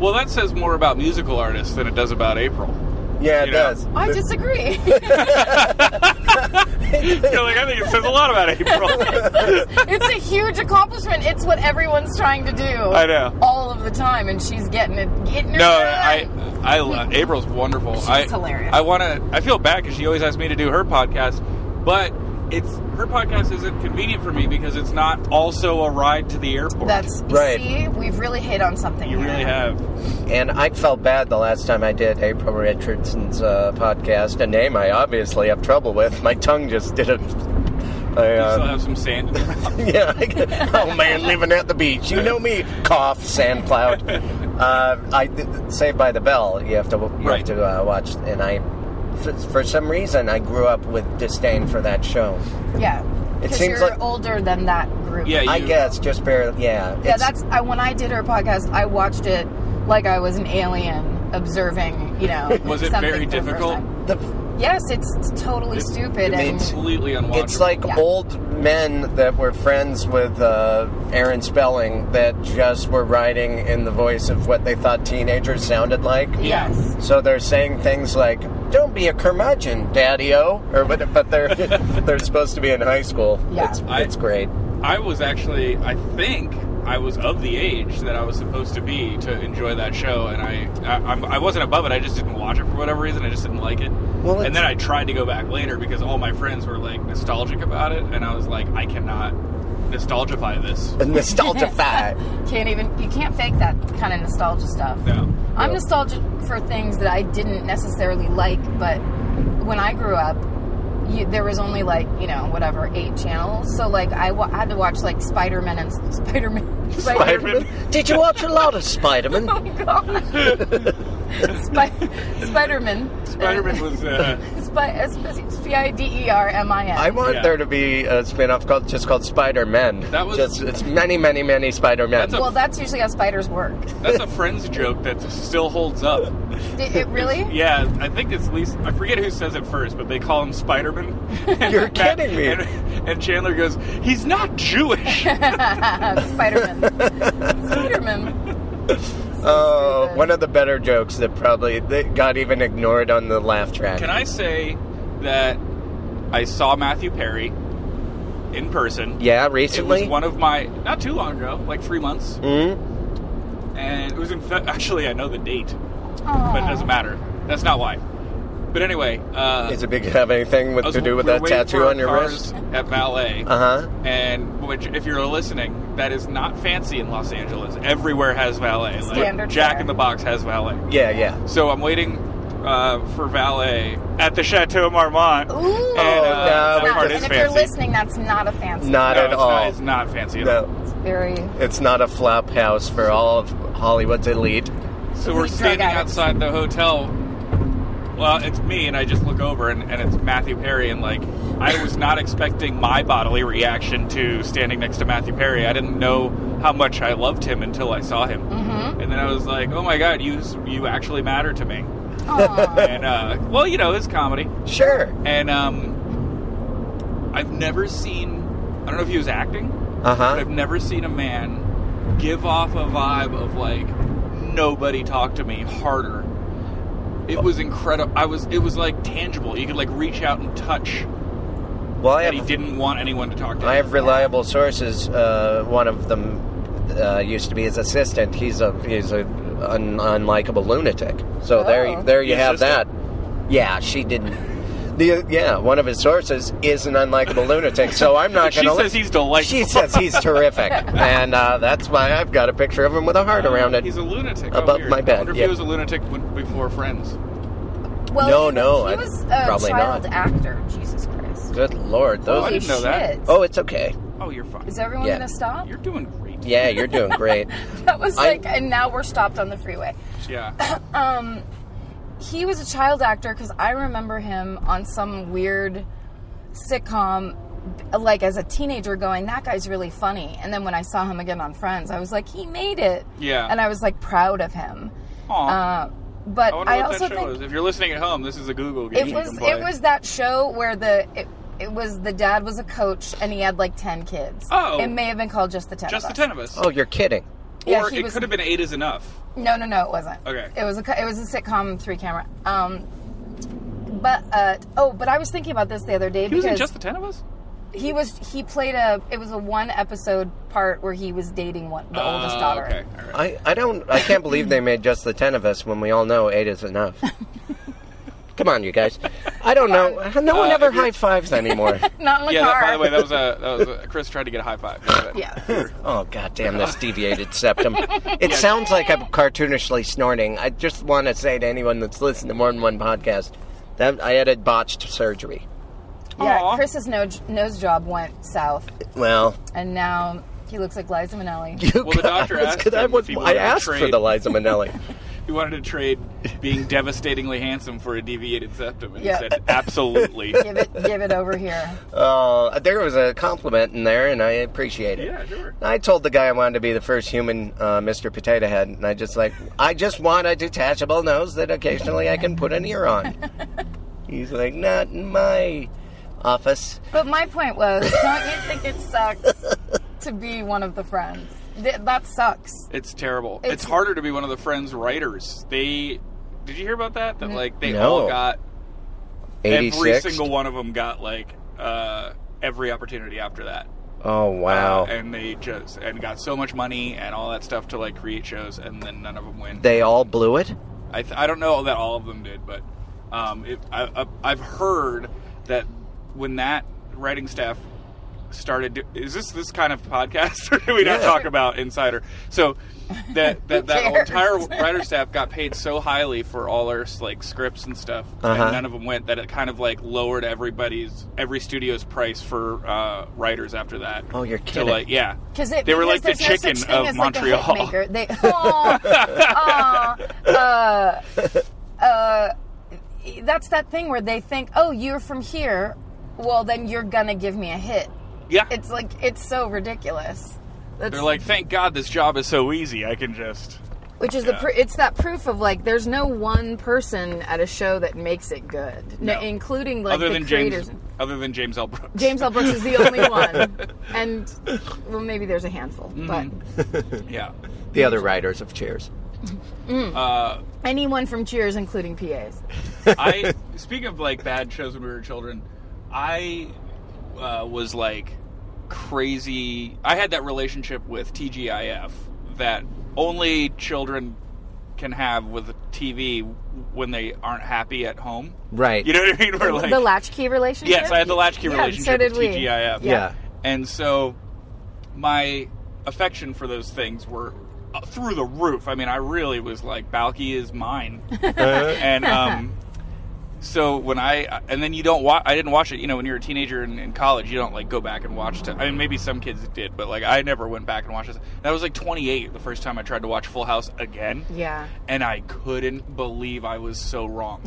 Speaker 4: Well, that says more about musical artists than it does about April.
Speaker 2: Yeah, it
Speaker 4: You know.
Speaker 2: does.
Speaker 3: I disagree.
Speaker 4: You're like, I think it says a lot about April.
Speaker 3: it's a huge accomplishment. It's what everyone's trying to do.
Speaker 4: I know.
Speaker 3: All of the time, and she's getting it. Getting it
Speaker 4: no, I,
Speaker 3: right.
Speaker 4: I, lo- April's wonderful. I,
Speaker 3: hilarious.
Speaker 4: I want to. I feel bad because she always asks me to do her podcast, but it's her podcast isn't convenient for me because it's not also a ride to the airport.
Speaker 3: That's
Speaker 2: Right.
Speaker 3: See, we've really hit on something.
Speaker 4: you
Speaker 3: here.
Speaker 4: really have.
Speaker 2: And I felt bad the last time I did April Richardson's uh, podcast, a name I obviously have trouble with. My tongue just didn't. I,
Speaker 4: You still
Speaker 2: uh,
Speaker 4: have some sand. in your mouth.
Speaker 2: yeah. I- oh man, living at the beach. You know me. Cough, sand cloud. Uh, I did- Saved by the Bell. You have to you
Speaker 4: Right.
Speaker 2: have to uh, watch. And I, f- for some reason, I grew up with disdain for that show.
Speaker 3: Yeah.
Speaker 2: It
Speaker 3: 'Cause
Speaker 2: seems
Speaker 3: you're
Speaker 2: like-
Speaker 3: older than that group.
Speaker 4: Yeah,
Speaker 2: I
Speaker 4: you-
Speaker 2: guess just barely. Yeah.
Speaker 3: Yeah,
Speaker 2: it's-
Speaker 3: that's I, when I did her podcast. I watched it like I was an alien observing. You know,
Speaker 4: Was it
Speaker 3: something
Speaker 4: very
Speaker 3: for the first
Speaker 4: difficult?
Speaker 3: time.
Speaker 2: the
Speaker 3: Yes, it's totally stupid. and
Speaker 4: It's completely unwatchable.
Speaker 2: It's like
Speaker 3: Yeah.
Speaker 2: old men that were friends with uh, Aaron Spelling that just were writing in the voice of what they thought teenagers sounded like.
Speaker 3: yes,
Speaker 2: So they're saying things like, "Don't be a curmudgeon, daddy-o," or what? But they're they're supposed to be in high school.
Speaker 3: Yeah.
Speaker 2: It's,
Speaker 4: I-
Speaker 2: it's great.
Speaker 4: I was actually, I think I was of the age that I was supposed to be to enjoy that show, and I, I, I'm, I wasn't above it. I just didn't watch it for whatever reason. I just didn't like it.
Speaker 2: Well,
Speaker 4: and
Speaker 2: it's-
Speaker 4: then I tried to go back later because all my friends were like nostalgic about it, and I was like, I cannot nostalgify this.
Speaker 2: Nostalgify.
Speaker 3: can't even you can't fake that kind of nostalgia stuff.
Speaker 4: No.
Speaker 3: I'm
Speaker 2: Yeah.
Speaker 3: nostalgic for things that I didn't necessarily like, but when I grew up, you, there was only like you know whatever eight channels. So like I wa- had to watch like Spider Man and Spider Man.
Speaker 2: Spider-Man. Did you watch a lot of Spider-Man?
Speaker 3: Oh God. Spi- Spider-Man.
Speaker 4: Spider-Man was, uh,
Speaker 3: S-P-I-D-E-R-M-I-N.
Speaker 2: I want
Speaker 4: Yeah.
Speaker 2: there to be a spin-off called just called Spider-Man.
Speaker 4: That was-
Speaker 2: just it's many, many, many Spider-Men.
Speaker 4: That's a-
Speaker 3: well, that's usually how spiders work.
Speaker 4: that's a friends joke that still holds up.
Speaker 3: Did it really?
Speaker 4: Yeah, I think it's least I forget who says it first, but they call him Spider Man.
Speaker 2: You're kidding me.
Speaker 4: And, and Chandler goes, "He's not Jewish."
Speaker 3: Spider-Man. Spider-Man.
Speaker 2: Oh,
Speaker 3: stupid.
Speaker 2: one of the better jokes that probably that got even ignored on the laugh track.
Speaker 4: Can I say that I saw Matthew Perry in person?
Speaker 2: Yeah,
Speaker 4: It
Speaker 2: recently.
Speaker 4: was one of my not too long ago, like three months,
Speaker 2: Mhm.
Speaker 4: and it was in fe- actually I know the date, but it
Speaker 3: Aw.
Speaker 4: doesn't matter. That's not why. But anyway, uh,
Speaker 2: Is it big have anything with,
Speaker 4: I was-
Speaker 2: to do with
Speaker 4: we were
Speaker 2: that
Speaker 4: waiting
Speaker 2: tattoo
Speaker 4: for
Speaker 2: on your
Speaker 4: cars
Speaker 2: wrist?
Speaker 4: at valet?
Speaker 2: Uh huh.
Speaker 4: and which if you're listening that is not fancy in los angeles everywhere has valet
Speaker 3: Standard
Speaker 4: jack
Speaker 3: fare.
Speaker 4: in the box has valet
Speaker 2: Yeah, yeah.
Speaker 4: so i'm waiting uh, for valet at the chateau marmont
Speaker 3: Ooh.
Speaker 4: and uh,
Speaker 2: no, we
Speaker 4: that part
Speaker 3: and
Speaker 4: is
Speaker 3: if
Speaker 4: fancy
Speaker 3: you're listening, that's not a fancy.
Speaker 2: Not
Speaker 4: no,
Speaker 2: at
Speaker 4: it's
Speaker 2: all.
Speaker 4: not, it's not fancy at all
Speaker 2: no,
Speaker 3: It's very.
Speaker 2: it's not a flop house for all of Hollywood's elite.
Speaker 4: so we're
Speaker 3: Elite drug
Speaker 4: standing
Speaker 3: addicts.
Speaker 4: outside the hotel well, it's me, and I just look over, and, and it's Matthew Perry, and like, I was not expecting my bodily reaction to standing next to Matthew Perry. I didn't know how much I loved him until I saw him, mm-hmm. and then I was like, oh my god, you you actually matter to me. and uh, well, you know, it's comedy,
Speaker 2: Sure.
Speaker 4: and um, I've never seen. I don't know if he was acting.
Speaker 2: Uh
Speaker 4: but
Speaker 2: huh.
Speaker 4: I've never seen a man give off a vibe of like nobody talked to me harder. It was incredible. I was. It was like tangible. You could like reach out and touch.
Speaker 2: Well, I
Speaker 4: And he
Speaker 2: have,
Speaker 4: didn't want anyone to talk to.
Speaker 2: I
Speaker 4: him.
Speaker 2: have reliable sources. Uh, one of them uh, used to be his assistant. He's a he's a un- unlikable lunatic. So
Speaker 3: Oh.
Speaker 2: there there you
Speaker 4: His
Speaker 2: have
Speaker 4: sister?
Speaker 2: that. Yeah, she didn't. The, yeah, one of his sources is an unlikable lunatic. So I'm not
Speaker 4: She
Speaker 2: going to.
Speaker 4: says he's delightful.
Speaker 2: She says he's terrific, and uh, that's why I've got a picture of him with a heart around it.
Speaker 4: Oh, He's a lunatic.
Speaker 2: above
Speaker 4: oh, weird.
Speaker 2: my
Speaker 4: I
Speaker 2: bed,
Speaker 4: wonder if
Speaker 2: yeah.
Speaker 4: he was a lunatic when, before Friends.
Speaker 3: Well,
Speaker 2: No,
Speaker 3: he-
Speaker 2: no,
Speaker 3: he
Speaker 2: I-
Speaker 3: was a
Speaker 2: probably
Speaker 3: child
Speaker 2: not.
Speaker 3: actor. Jesus Christ.
Speaker 2: Good lord,
Speaker 4: Oh,
Speaker 2: those.
Speaker 4: I didn't know that.
Speaker 3: Shit.
Speaker 2: Oh, it's okay.
Speaker 4: Oh, you're fine.
Speaker 3: is everyone
Speaker 2: yeah.
Speaker 3: gonna stop?
Speaker 4: You're doing great.
Speaker 2: Yeah, you're doing great.
Speaker 3: That was
Speaker 2: I-
Speaker 3: like, and now we're stopped on the freeway.
Speaker 4: Yeah.
Speaker 3: He was a child actor because I remember him on some weird sitcom, like as a teenager, going, "That guy's really funny." And then when I saw him again on Friends, I was like, "He made it."
Speaker 4: Yeah.
Speaker 3: And I was like proud of him.
Speaker 4: Aw.
Speaker 3: Uh, but I,
Speaker 4: I wonder what
Speaker 3: also
Speaker 4: that show
Speaker 3: think
Speaker 4: is. If you're listening at home, this is a Google
Speaker 3: it
Speaker 4: game. you
Speaker 3: was
Speaker 4: can play.
Speaker 3: it was that show where the it, it was the dad was a coach and he had like ten kids.
Speaker 4: Oh.
Speaker 3: it may have been called just the ten.
Speaker 4: just the
Speaker 3: of
Speaker 4: ten of us.
Speaker 2: Oh, you're kidding.
Speaker 3: yeah,
Speaker 4: or
Speaker 3: he
Speaker 4: it
Speaker 3: was-
Speaker 4: could have been eight is enough.
Speaker 3: ten. No, no, no, it wasn't.
Speaker 4: Okay.
Speaker 3: it was a co- it was a sitcom three camera. Um, but uh, oh, but I was thinking about this the other day
Speaker 4: He was
Speaker 3: because
Speaker 4: in just the ten of us.
Speaker 3: he was he played a it was a one episode part where he was dating one the oldest
Speaker 4: Ah,
Speaker 3: daughter.
Speaker 4: Okay. All right.
Speaker 2: I, I don't I can't believe they made just the ten of us when we all know eight is enough. Come on, you guys. I don't know.
Speaker 4: Uh,
Speaker 2: No one ever high fives anymore.
Speaker 3: Not in the
Speaker 4: Yeah.
Speaker 3: car.
Speaker 4: That, by the way, that was a that was a, Chris tried to get a high five.
Speaker 3: yeah.
Speaker 2: oh goddamn, this deviated septum. It sounds like I'm cartoonishly snorting. I just want to say to anyone that's listened to more than one podcast that I had a botched surgery.
Speaker 3: yeah.
Speaker 4: Aw.
Speaker 3: Chris's nose nose job went south,
Speaker 2: Well,
Speaker 3: and now he looks like Liza Minnelli.
Speaker 2: you
Speaker 4: Well, the doctor
Speaker 2: guys,
Speaker 4: asked
Speaker 2: 'cause I,
Speaker 4: him
Speaker 2: was,
Speaker 4: if he
Speaker 2: I
Speaker 4: wanted to
Speaker 2: asked for
Speaker 4: trade.
Speaker 2: the Liza Minnelli.
Speaker 4: He wanted to trade being devastatingly handsome for a deviated septum, and
Speaker 3: Yeah.
Speaker 4: he said, "Absolutely."
Speaker 3: give it give it over here.
Speaker 2: Uh, there was a compliment in there, and I appreciate it.
Speaker 4: yeah, sure.
Speaker 2: I told the guy I wanted to be the first human uh, Mr. Potato Head, and I just like, I just want a detachable nose that occasionally I can put an ear on. He's like, not in my office.
Speaker 3: But my point was, don't you think it sucks to be one of the friends? Th- that sucks.
Speaker 4: It's terrible. It's,
Speaker 3: It's-
Speaker 4: harder to be one of the Friends writers. They did you hear about that?
Speaker 3: Mm-hmm.
Speaker 4: That like they
Speaker 2: No.
Speaker 4: all got every
Speaker 2: 86.
Speaker 4: single one of them got like uh, every opportunity after that.
Speaker 2: Oh, wow.
Speaker 4: Uh, and they just and got so much money and all that stuff to like create shows, and then none of them win.
Speaker 2: they all blew it?
Speaker 4: I, th- I don't know that all of them did, but um, it, I, I, I've heard that when that writing staff started, do- is this this kind of podcast, or do we not
Speaker 2: Yeah.
Speaker 4: talk about Insider? So that that, that
Speaker 3: cares?
Speaker 4: entire writer staff got paid so highly for all their like scripts and stuff,
Speaker 2: Uh-huh.
Speaker 4: and none of them went. That it kind of like lowered everybody's every studio's price for uh, writers after that.
Speaker 2: Oh, you're
Speaker 4: to,
Speaker 2: kidding.
Speaker 4: like yeah,
Speaker 3: Because it
Speaker 4: they were like
Speaker 3: because
Speaker 4: the
Speaker 3: there's no
Speaker 4: chicken
Speaker 3: such thing
Speaker 4: of
Speaker 3: as,
Speaker 4: Montreal.
Speaker 3: Like a hit maker. They aw, aw, uh, uh, that's that thing where they think, oh, you're from here, well then you're gonna give me a hit.
Speaker 4: yeah,
Speaker 3: It's like it's so ridiculous. That's-
Speaker 4: they're like, thank God this job is so easy. I can just.
Speaker 3: Which is the pr- it's that proof of like there's no one person at a show that makes it good,
Speaker 4: No.
Speaker 3: including like
Speaker 4: other
Speaker 3: the
Speaker 4: than
Speaker 3: creators.
Speaker 4: James, other than James L. Brooks.
Speaker 3: James L. Brooks is the only one, and well, maybe there's a handful,
Speaker 4: Mm-hmm.
Speaker 3: but
Speaker 4: Yeah.
Speaker 2: The other writers of Cheers.
Speaker 3: anyone from Cheers, including PAs.
Speaker 4: I speaking of like bad shows when we were children, I uh, was like crazy. I had that relationship with TGIF that only children can have with TV when they aren't happy at home.
Speaker 2: Right.
Speaker 4: You know what I mean? We're like
Speaker 3: the latchkey relationship.
Speaker 4: Yes, I had the latchkey
Speaker 3: Yeah,
Speaker 4: relationship
Speaker 3: So did
Speaker 4: with
Speaker 3: we.
Speaker 4: TGIF.
Speaker 2: Yeah.
Speaker 4: And so my affection for those things were uh, through
Speaker 2: Uh,
Speaker 4: the roof. I mean, I really was like, Balky is mine. and um, So when I uh, and then you don't watch. I didn't watch it. You know, when you're a teenager in, in college, you don't like go back and watch. T- I mean, maybe some kids did, but like I never went back and watched this. And I was like 28 the first time I tried to watch Full House again,
Speaker 3: Yeah.
Speaker 4: and I couldn't believe I was so wrong.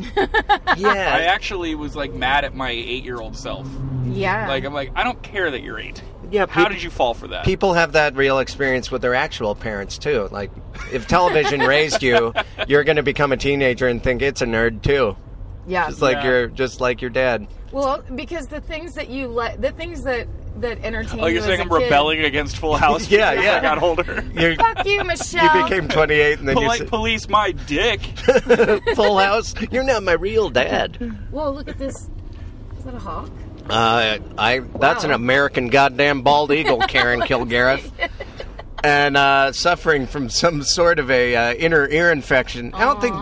Speaker 4: I
Speaker 2: Yeah.
Speaker 4: actually was like mad at my eight year old self.
Speaker 3: Yeah.
Speaker 4: Like I'm like I don't care that you're eight.
Speaker 2: Yeah,
Speaker 4: How
Speaker 2: peop-
Speaker 4: did you fall for that?
Speaker 2: People have that real experience with their actual parents too. Like, if television raised you, you're going to become a teenager and think it's a nerd too,
Speaker 3: yeah.
Speaker 2: just like
Speaker 4: Yeah.
Speaker 2: your just like your dad.
Speaker 3: well, because the things that you let, the things that that entertain
Speaker 4: Oh,
Speaker 3: you
Speaker 4: you're
Speaker 3: as
Speaker 4: saying
Speaker 3: a
Speaker 4: I'm
Speaker 3: kid-
Speaker 4: rebelling against Full House?
Speaker 2: Yeah,
Speaker 4: because
Speaker 2: yeah.
Speaker 4: I got older.
Speaker 2: You,
Speaker 3: Fuck you,
Speaker 2: you
Speaker 3: Michelle.
Speaker 2: became 28 and then you
Speaker 4: Polite
Speaker 2: said,
Speaker 4: police my dick.
Speaker 2: Full House. You're not my real dad.
Speaker 3: Whoa, look at this. Is that a hawk?
Speaker 2: Uh, I that's an
Speaker 3: Wow.
Speaker 2: American goddamn bald eagle, Karen Kilgariff. And uh, suffering from some sort of a uh, inner ear infection. I don't think.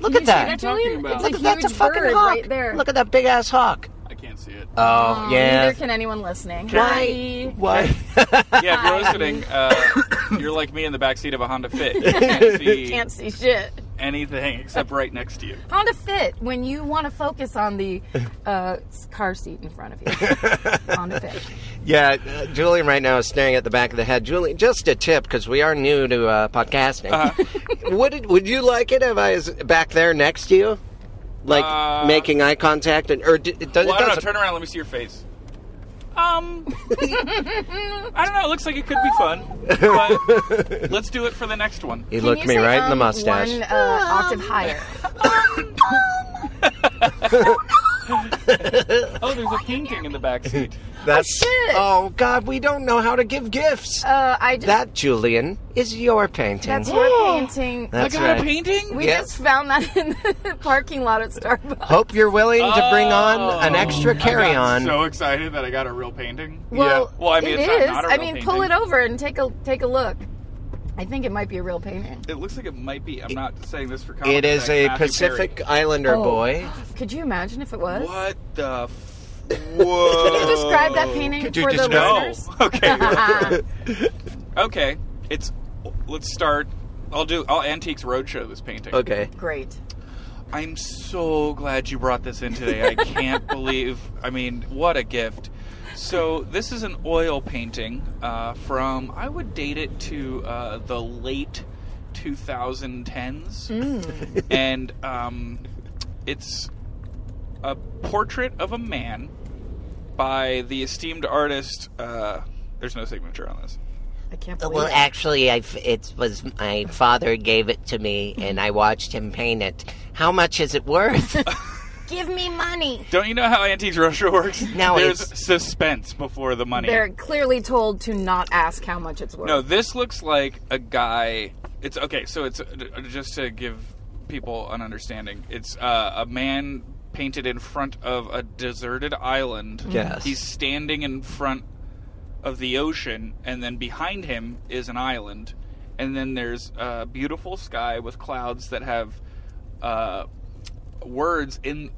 Speaker 2: Look
Speaker 3: You
Speaker 2: at
Speaker 3: see
Speaker 2: that.
Speaker 4: talking
Speaker 3: Julian?
Speaker 4: about?
Speaker 3: It's
Speaker 2: Look
Speaker 3: a
Speaker 2: at that's a
Speaker 3: huge
Speaker 2: fucking
Speaker 3: bird
Speaker 2: hawk.
Speaker 3: right there.
Speaker 2: Look at that big ass hawk.
Speaker 4: I can't see it.
Speaker 2: Oh
Speaker 3: Neither
Speaker 2: yeah.
Speaker 3: can anyone listening.
Speaker 2: Why? Why?
Speaker 4: Yeah, if you're listening, uh, you're like me in the backseat of a Honda Fit. You can't see
Speaker 3: Can't see shit.
Speaker 4: anything except right next to you.
Speaker 3: Honda Fit when you want to focus on the uh, s- car seat in front of you. Honda Fit.
Speaker 2: Yeah, uh, Julian right now is staring at the back of the head. Julian, just a tip because we are new to uh, podcasting.
Speaker 4: Uh-huh.
Speaker 2: would it, would you like it if I was back there next to you, like
Speaker 4: Uh,
Speaker 2: making eye contact, and or d- it, does,
Speaker 4: Well,
Speaker 2: it
Speaker 4: I don't know.
Speaker 2: doesn't?
Speaker 4: Turn around. Let me see your face. Um, I don't know. It looks like it could be fun. But let's do it for the next one.
Speaker 2: he
Speaker 3: Can
Speaker 2: looked
Speaker 3: you
Speaker 2: me
Speaker 3: say,
Speaker 2: right in the
Speaker 3: um,
Speaker 2: mustache.
Speaker 3: One uh, octave higher.
Speaker 4: Oh, there's a painting in the backseat.
Speaker 2: That's
Speaker 3: shit.
Speaker 2: oh God, we don't know how to give gifts.
Speaker 3: Uh, I just,
Speaker 2: that Julian is your painting.
Speaker 3: that's your painting.
Speaker 4: I
Speaker 2: That's
Speaker 4: got
Speaker 2: right.
Speaker 4: a painting.
Speaker 3: we
Speaker 2: yeah.
Speaker 3: just found that in the parking lot at Starbucks.
Speaker 2: Hope you're willing to bring on an
Speaker 4: Oh.
Speaker 2: extra carry-on.
Speaker 4: I'm so excited that I got a real painting.
Speaker 3: Well,
Speaker 4: Well, I mean,
Speaker 3: it
Speaker 4: it's not-
Speaker 3: is.
Speaker 4: not a
Speaker 3: I
Speaker 4: real
Speaker 3: mean, pull it
Speaker 4: painting.
Speaker 3: over and take a take a look. I think it might be a real painting.
Speaker 4: It looks like it might be. I'm not saying this for comedy.
Speaker 2: it is
Speaker 4: effect,
Speaker 2: a
Speaker 4: Matthew
Speaker 2: Pacific Islander
Speaker 3: Oh.
Speaker 2: boy.
Speaker 3: Could you imagine if it was?
Speaker 4: Perry. What the? F- Whoa.
Speaker 3: Can you describe that painting
Speaker 2: Could you
Speaker 3: for the
Speaker 2: describe-
Speaker 4: No.
Speaker 3: listeners?
Speaker 4: Okay.
Speaker 3: Ah,
Speaker 4: okay. It's. Let's start. I'll do. I'll antiques roadshow this painting.
Speaker 2: Okay.
Speaker 3: great.
Speaker 4: I'm so glad you brought this in today. I can't believe. I mean, what a gift. So this is an oil painting uh, from. I would date it to uh, the late 2010s, and um, it's a portrait of a man by the esteemed artist. Uh, there's no signature on this.
Speaker 3: I can't believe
Speaker 5: Well,
Speaker 3: it.
Speaker 5: actually, I it was my father gave it to me, and I watched him paint it. How much is it worth?
Speaker 3: Give me money.
Speaker 4: Don't you know how Antiques Roadshow works?
Speaker 5: No,
Speaker 4: there's
Speaker 5: it's-
Speaker 4: suspense before the money.
Speaker 3: They're clearly told to not ask how much it's worth.
Speaker 4: No, this looks like a guy. It's okay. So it's uh, just to give people an understanding. It's uh, a man painted in front of a deserted island.
Speaker 2: Yes.
Speaker 4: he's standing in front of the ocean, and then behind him is an island, and then there's a beautiful sky with clouds that have uh, words in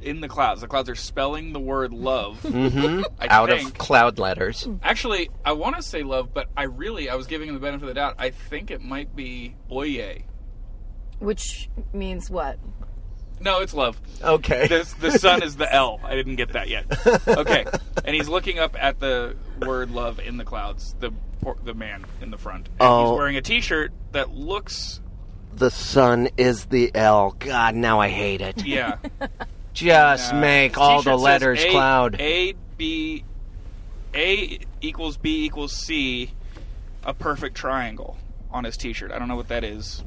Speaker 4: in the clouds. The clouds are spelling the word love. mm-hmm.
Speaker 2: Out of cloud letters.
Speaker 4: Actually, I want to say love, but I really I was giving him the benefit of the doubt. I think it might be Oye.
Speaker 3: Which means what?
Speaker 4: No, it's love.
Speaker 2: Okay.
Speaker 4: This the sun is the L. I didn't get that yet. Okay, and he's looking up at the word love in the clouds. The por- the man in the front. And
Speaker 2: Oh.
Speaker 4: He's wearing a T-shirt that looks
Speaker 2: The sun is the L. God, now I hate it.
Speaker 4: yeah.
Speaker 2: Just
Speaker 4: Uh,
Speaker 2: make
Speaker 4: his
Speaker 2: all
Speaker 4: t-shirt
Speaker 2: the
Speaker 4: says
Speaker 2: letters
Speaker 4: A-
Speaker 2: cloud.
Speaker 4: A B A equals B equals C, a perfect triangle on his T-shirt. I don't know what that is.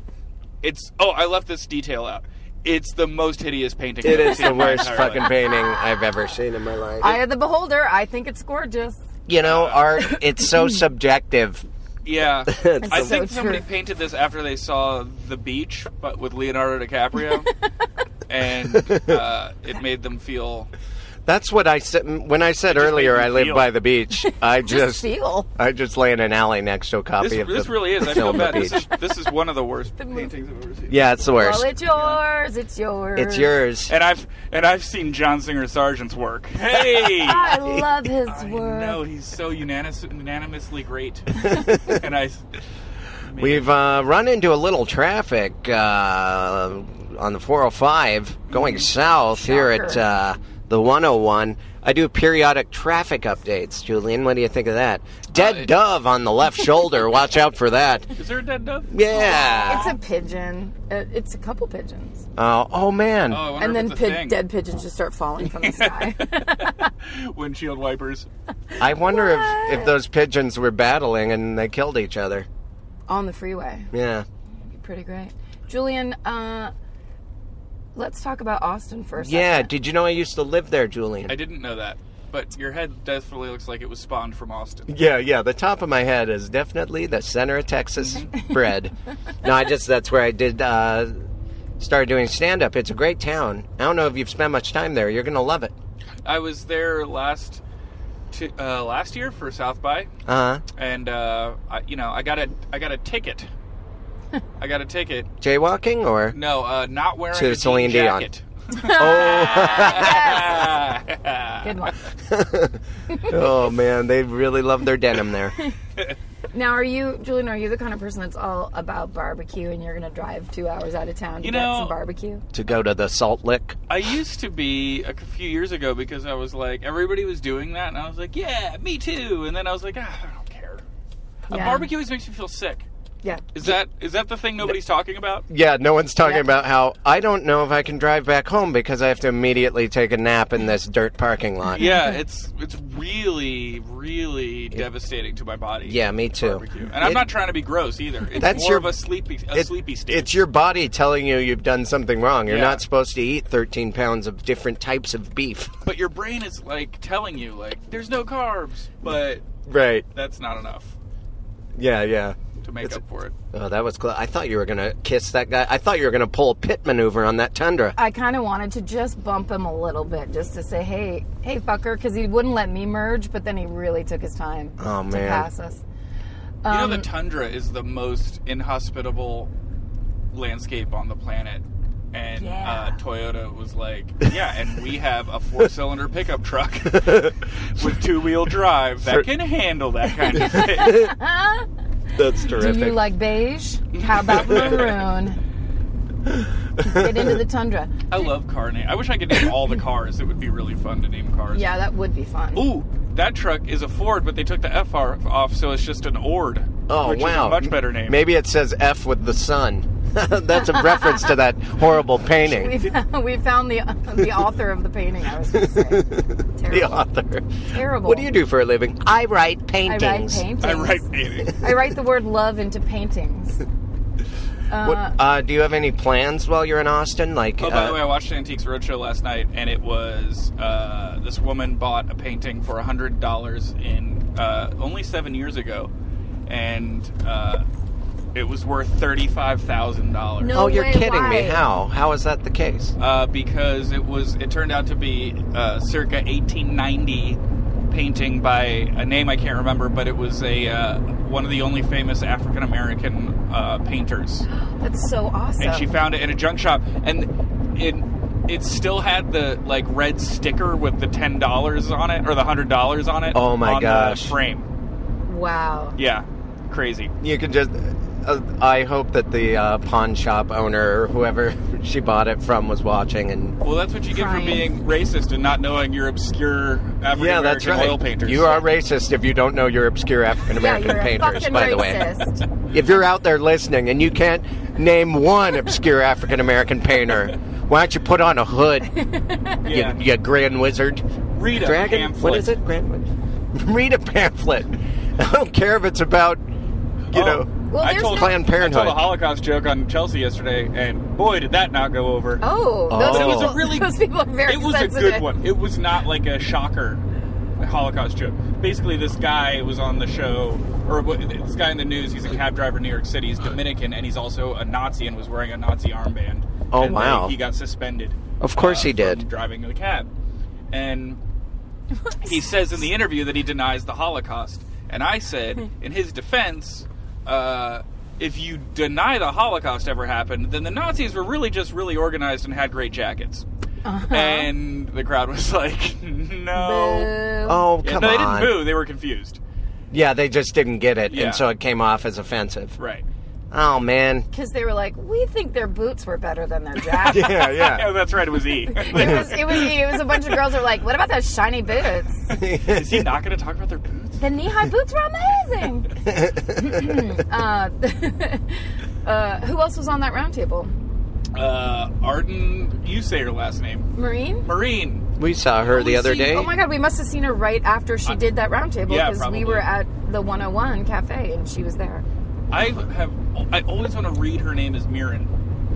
Speaker 4: It's oh, I left this detail out. It's the most hideous painting.
Speaker 2: it
Speaker 4: I've
Speaker 2: is
Speaker 4: seen
Speaker 2: the
Speaker 4: in my
Speaker 2: worst
Speaker 4: entire
Speaker 2: fucking
Speaker 4: life.
Speaker 2: painting I've ever seen in my life.
Speaker 3: Eye of the beholder. I think it's gorgeous.
Speaker 2: you know, art, it's so subjective.
Speaker 4: Yeah,
Speaker 2: It's
Speaker 4: I
Speaker 3: so
Speaker 4: think somebody
Speaker 3: true.
Speaker 4: painted this after they saw the beach, but with Leonardo DiCaprio, and uh, it made them feel.
Speaker 2: That's what I said when I said
Speaker 4: just
Speaker 2: earlier
Speaker 4: made me
Speaker 2: I live
Speaker 4: feel.
Speaker 2: by the beach. I just,
Speaker 3: Just feel.
Speaker 2: I just lay in an alley next to a copy
Speaker 4: This,
Speaker 2: of
Speaker 4: this
Speaker 2: the
Speaker 4: really is. I feel
Speaker 2: film The
Speaker 4: bad. This
Speaker 2: Beach.
Speaker 4: is, this is one of the worst
Speaker 3: movie.
Speaker 4: paintings I've ever seen.
Speaker 2: Yeah, it's the
Speaker 3: Well,
Speaker 2: worst.
Speaker 3: it's yours. It's yours.
Speaker 2: it's yours.
Speaker 4: And I've and I've seen John Singer Sargent's work. Hey,
Speaker 3: I love his work.
Speaker 4: no, he's so unanimous, unanimously great. and I,
Speaker 2: We've uh, run into a little traffic uh, on the 405 going south here at uh, the 101. I do periodic traffic updates. Julian, what do you think of that? Dead
Speaker 3: Uh,
Speaker 2: dove on the left shoulder. Watch out for that.
Speaker 4: Is there a dead dove?
Speaker 2: Yeah.
Speaker 3: It's a pigeon. It- It's a couple pigeons.
Speaker 2: Uh, oh man.
Speaker 4: Oh, I wonder
Speaker 3: And
Speaker 4: if
Speaker 3: then
Speaker 4: it's a
Speaker 3: pi-
Speaker 4: thing.
Speaker 3: dead pigeons just start falling from the sky.
Speaker 4: windshield wipers.
Speaker 2: I wonder if, if those pigeons were battling and they killed each other.
Speaker 3: on the freeway.
Speaker 2: Yeah.
Speaker 3: Be pretty great. Julian, uh, let's talk about Austin first.
Speaker 2: Yeah. Did you know I used to live there, Julian?
Speaker 4: I didn't know that, but your head definitely looks like it was spawned from Austin.
Speaker 2: Yeah, yeah. The top of my head is definitely the center of Texas bread. no, I just that's where I did uh, start doing stand up. It's a great town. I don't know if you've spent much time there. You're gonna love it.
Speaker 4: I was there last t- uh, last year for South by,
Speaker 2: Uh huh.
Speaker 4: and uh, I, you know I got a I got a ticket. I got a ticket.
Speaker 2: Jaywalking or
Speaker 4: No, uh, not wearing
Speaker 2: To
Speaker 4: a
Speaker 2: Celine
Speaker 4: Celine
Speaker 2: Dion.
Speaker 4: jacket.
Speaker 3: Good one.
Speaker 2: oh man, they really love their denim there.
Speaker 3: Now, are you, Julian, are you the kind of person that's all about barbecue and you're going to drive two hours out of town to
Speaker 4: You
Speaker 3: get
Speaker 4: know-
Speaker 3: some barbecue?
Speaker 2: To go to the Salt Lick.
Speaker 4: I used to be a few years ago because I was like everybody was doing that, and I was like, yeah, me too. And then I was like, ah, I don't care. A
Speaker 3: Yeah.
Speaker 4: barbecue always makes me feel sick.
Speaker 3: Yeah.
Speaker 4: Is that is that the thing nobody's talking about?
Speaker 2: Yeah, no one's talking
Speaker 3: Yeah.
Speaker 2: about how I don't know if I can drive back home because I have to immediately take a nap in this dirt parking lot.
Speaker 4: Yeah, it's it's really really devastating to my body.
Speaker 2: Yeah, me too.
Speaker 4: Barbecue. And I'm
Speaker 2: It-
Speaker 4: not trying to be gross either. It's
Speaker 2: That's
Speaker 4: more
Speaker 2: your-
Speaker 4: of a sleepy a
Speaker 2: It-
Speaker 4: sleepy state.
Speaker 2: It's your body telling you you've done something wrong. You're
Speaker 4: Yeah.
Speaker 2: not supposed to eat 13 pounds of different types of beef.
Speaker 4: but your brain is like telling you like there's no carbs, but
Speaker 2: Right.
Speaker 4: that's not enough
Speaker 2: Yeah, yeah.
Speaker 4: to make up for it.
Speaker 2: Oh, that was close. I thought you were going to kiss that guy. I thought you were going to pull a pit maneuver on that tundra.
Speaker 3: I kind of wanted to just bump him a little bit just to say, hey, hey, fucker, because he wouldn't let me merge, but then he really took his time
Speaker 2: Oh,
Speaker 3: to
Speaker 2: man.
Speaker 3: pass us.
Speaker 4: You
Speaker 3: Um,
Speaker 4: know, the tundra is the most inhospitable landscape on the planet. And
Speaker 3: Yeah.
Speaker 4: uh, Toyota was like, yeah, and we have a four cylinder pickup truck with two wheel drive that can handle that kind of thing.
Speaker 2: That's
Speaker 3: Do you like beige? How about maroon? Get into the tundra.
Speaker 4: I love car name. I wish I could name all the cars. It would be really fun to name cars.
Speaker 3: Yeah, that would be fun.
Speaker 4: Ooh, that truck is a Ford, but they took the FR off, so it's just an Ord.
Speaker 2: oh,
Speaker 4: which
Speaker 2: wow.
Speaker 4: Is a much better name.
Speaker 2: Maybe it says F with the sun. That's a reference to that horrible
Speaker 3: We
Speaker 2: painting.
Speaker 3: found, we found the the author of the painting. I was going to say. Terrible.
Speaker 2: The author.
Speaker 3: Terrible.
Speaker 2: What do you do for a living?
Speaker 5: I write
Speaker 3: I write
Speaker 5: paintings.
Speaker 3: paintings.
Speaker 4: I write meaning.
Speaker 3: I write the word love into paintings.
Speaker 2: What, uh, do you have any plans while you're in Austin? Like,
Speaker 4: Oh, by
Speaker 2: uh,
Speaker 4: the way, I watched Antiques Roadshow last night, and it was uh, this woman bought a painting for hundred dollars in uh, only seven years ago, and uh, it was worth thirty-five thousand dollars.
Speaker 3: No
Speaker 2: oh, you're
Speaker 3: way,
Speaker 2: kidding me.
Speaker 3: why?
Speaker 2: How? How is that the case?
Speaker 4: Uh, because it was, it turned out to be uh, circa 1890 painting by a name I can't remember, but it was a uh, one of the only famous African American uh, painters.
Speaker 3: That's so awesome.
Speaker 4: and she found it in a junk shop and it it still had the like red sticker with the ten dollars on it or the hundred dollars on it
Speaker 2: Oh my
Speaker 4: on the
Speaker 2: gosh.
Speaker 4: frame
Speaker 3: wow.
Speaker 4: yeah crazy
Speaker 2: You could just. Uh, I hope that the uh, pawn shop owner or whoever she bought it from was watching and.
Speaker 4: well that's what you get for
Speaker 3: Crying.
Speaker 4: being racist and not knowing your obscure African
Speaker 2: Yeah, that's
Speaker 4: American
Speaker 2: right.
Speaker 4: oil painters
Speaker 2: You are racist if you don't know your obscure African
Speaker 3: Yeah,
Speaker 2: American
Speaker 3: you're a
Speaker 2: painters,
Speaker 3: fucking
Speaker 2: by the way.
Speaker 3: racist.
Speaker 2: If you're out there listening and you can't name one obscure African American painter, why don't you put on a hood,
Speaker 4: yeah.
Speaker 2: you, you grand wizard?
Speaker 4: Read a
Speaker 2: Dragon?
Speaker 4: pamphlet.
Speaker 2: What is it? Grand Read a pamphlet. I don't care if it's about, you
Speaker 4: Oh,
Speaker 2: know.
Speaker 3: Well,
Speaker 4: I
Speaker 3: there's
Speaker 4: told
Speaker 3: no-
Speaker 2: Planned
Speaker 4: I told
Speaker 2: Parenthood.
Speaker 4: a Holocaust joke on Chelsea yesterday, and boy, did that not go over.
Speaker 3: Oh,
Speaker 2: Oh.
Speaker 3: those
Speaker 2: That
Speaker 3: people.
Speaker 2: was a
Speaker 4: really-
Speaker 3: those people are very
Speaker 4: it was
Speaker 3: sensitive.
Speaker 4: a good one. It was not like a shocker Holocaust joke. Basically, this guy was on the show, or w- this guy in the news. He's a cab driver in New York City. He's Dominican, and he's also a Nazi, and was wearing a Nazi armband.
Speaker 2: Oh,
Speaker 4: And, like,
Speaker 2: wow.
Speaker 4: he got suspended.
Speaker 2: Of course he
Speaker 4: from
Speaker 2: did.
Speaker 4: Uh, driving the cab, and he says in the interview that he denies the Holocaust. And I said, in his defense, uh, if you deny the Holocaust ever happened, then the Nazis were really just really organized and had great jackets. And the crowd was like, no.
Speaker 2: Oh,
Speaker 4: Yeah,
Speaker 2: come
Speaker 4: no, they
Speaker 2: on.
Speaker 4: didn't boo. They were confused.
Speaker 2: Yeah, they just didn't get it,
Speaker 4: Yeah.
Speaker 2: and so it came off as offensive.
Speaker 4: Right.
Speaker 5: Oh man,
Speaker 3: because they were like, we think their boots were better than their jacket.
Speaker 6: Yeah, yeah.
Speaker 4: Yeah, that's right. It was E.
Speaker 3: It was, it was it was a bunch of girls that were like, "What about those shiny boots?
Speaker 4: Is he not going to talk about their boots?
Speaker 3: The knee-high boots were amazing." uh, uh, who else was on that round table?
Speaker 4: Uh, Arden, you say her last name.
Speaker 3: Marine.
Speaker 4: Marine.
Speaker 2: We saw her the
Speaker 3: We
Speaker 2: other
Speaker 3: see-
Speaker 2: day.
Speaker 3: Oh my god, we must have seen her right after she did that round table
Speaker 4: yeah,
Speaker 3: because we
Speaker 4: probably.
Speaker 3: were at the 101 cafe and she was there.
Speaker 4: I have. I always want to read her name as Mirren.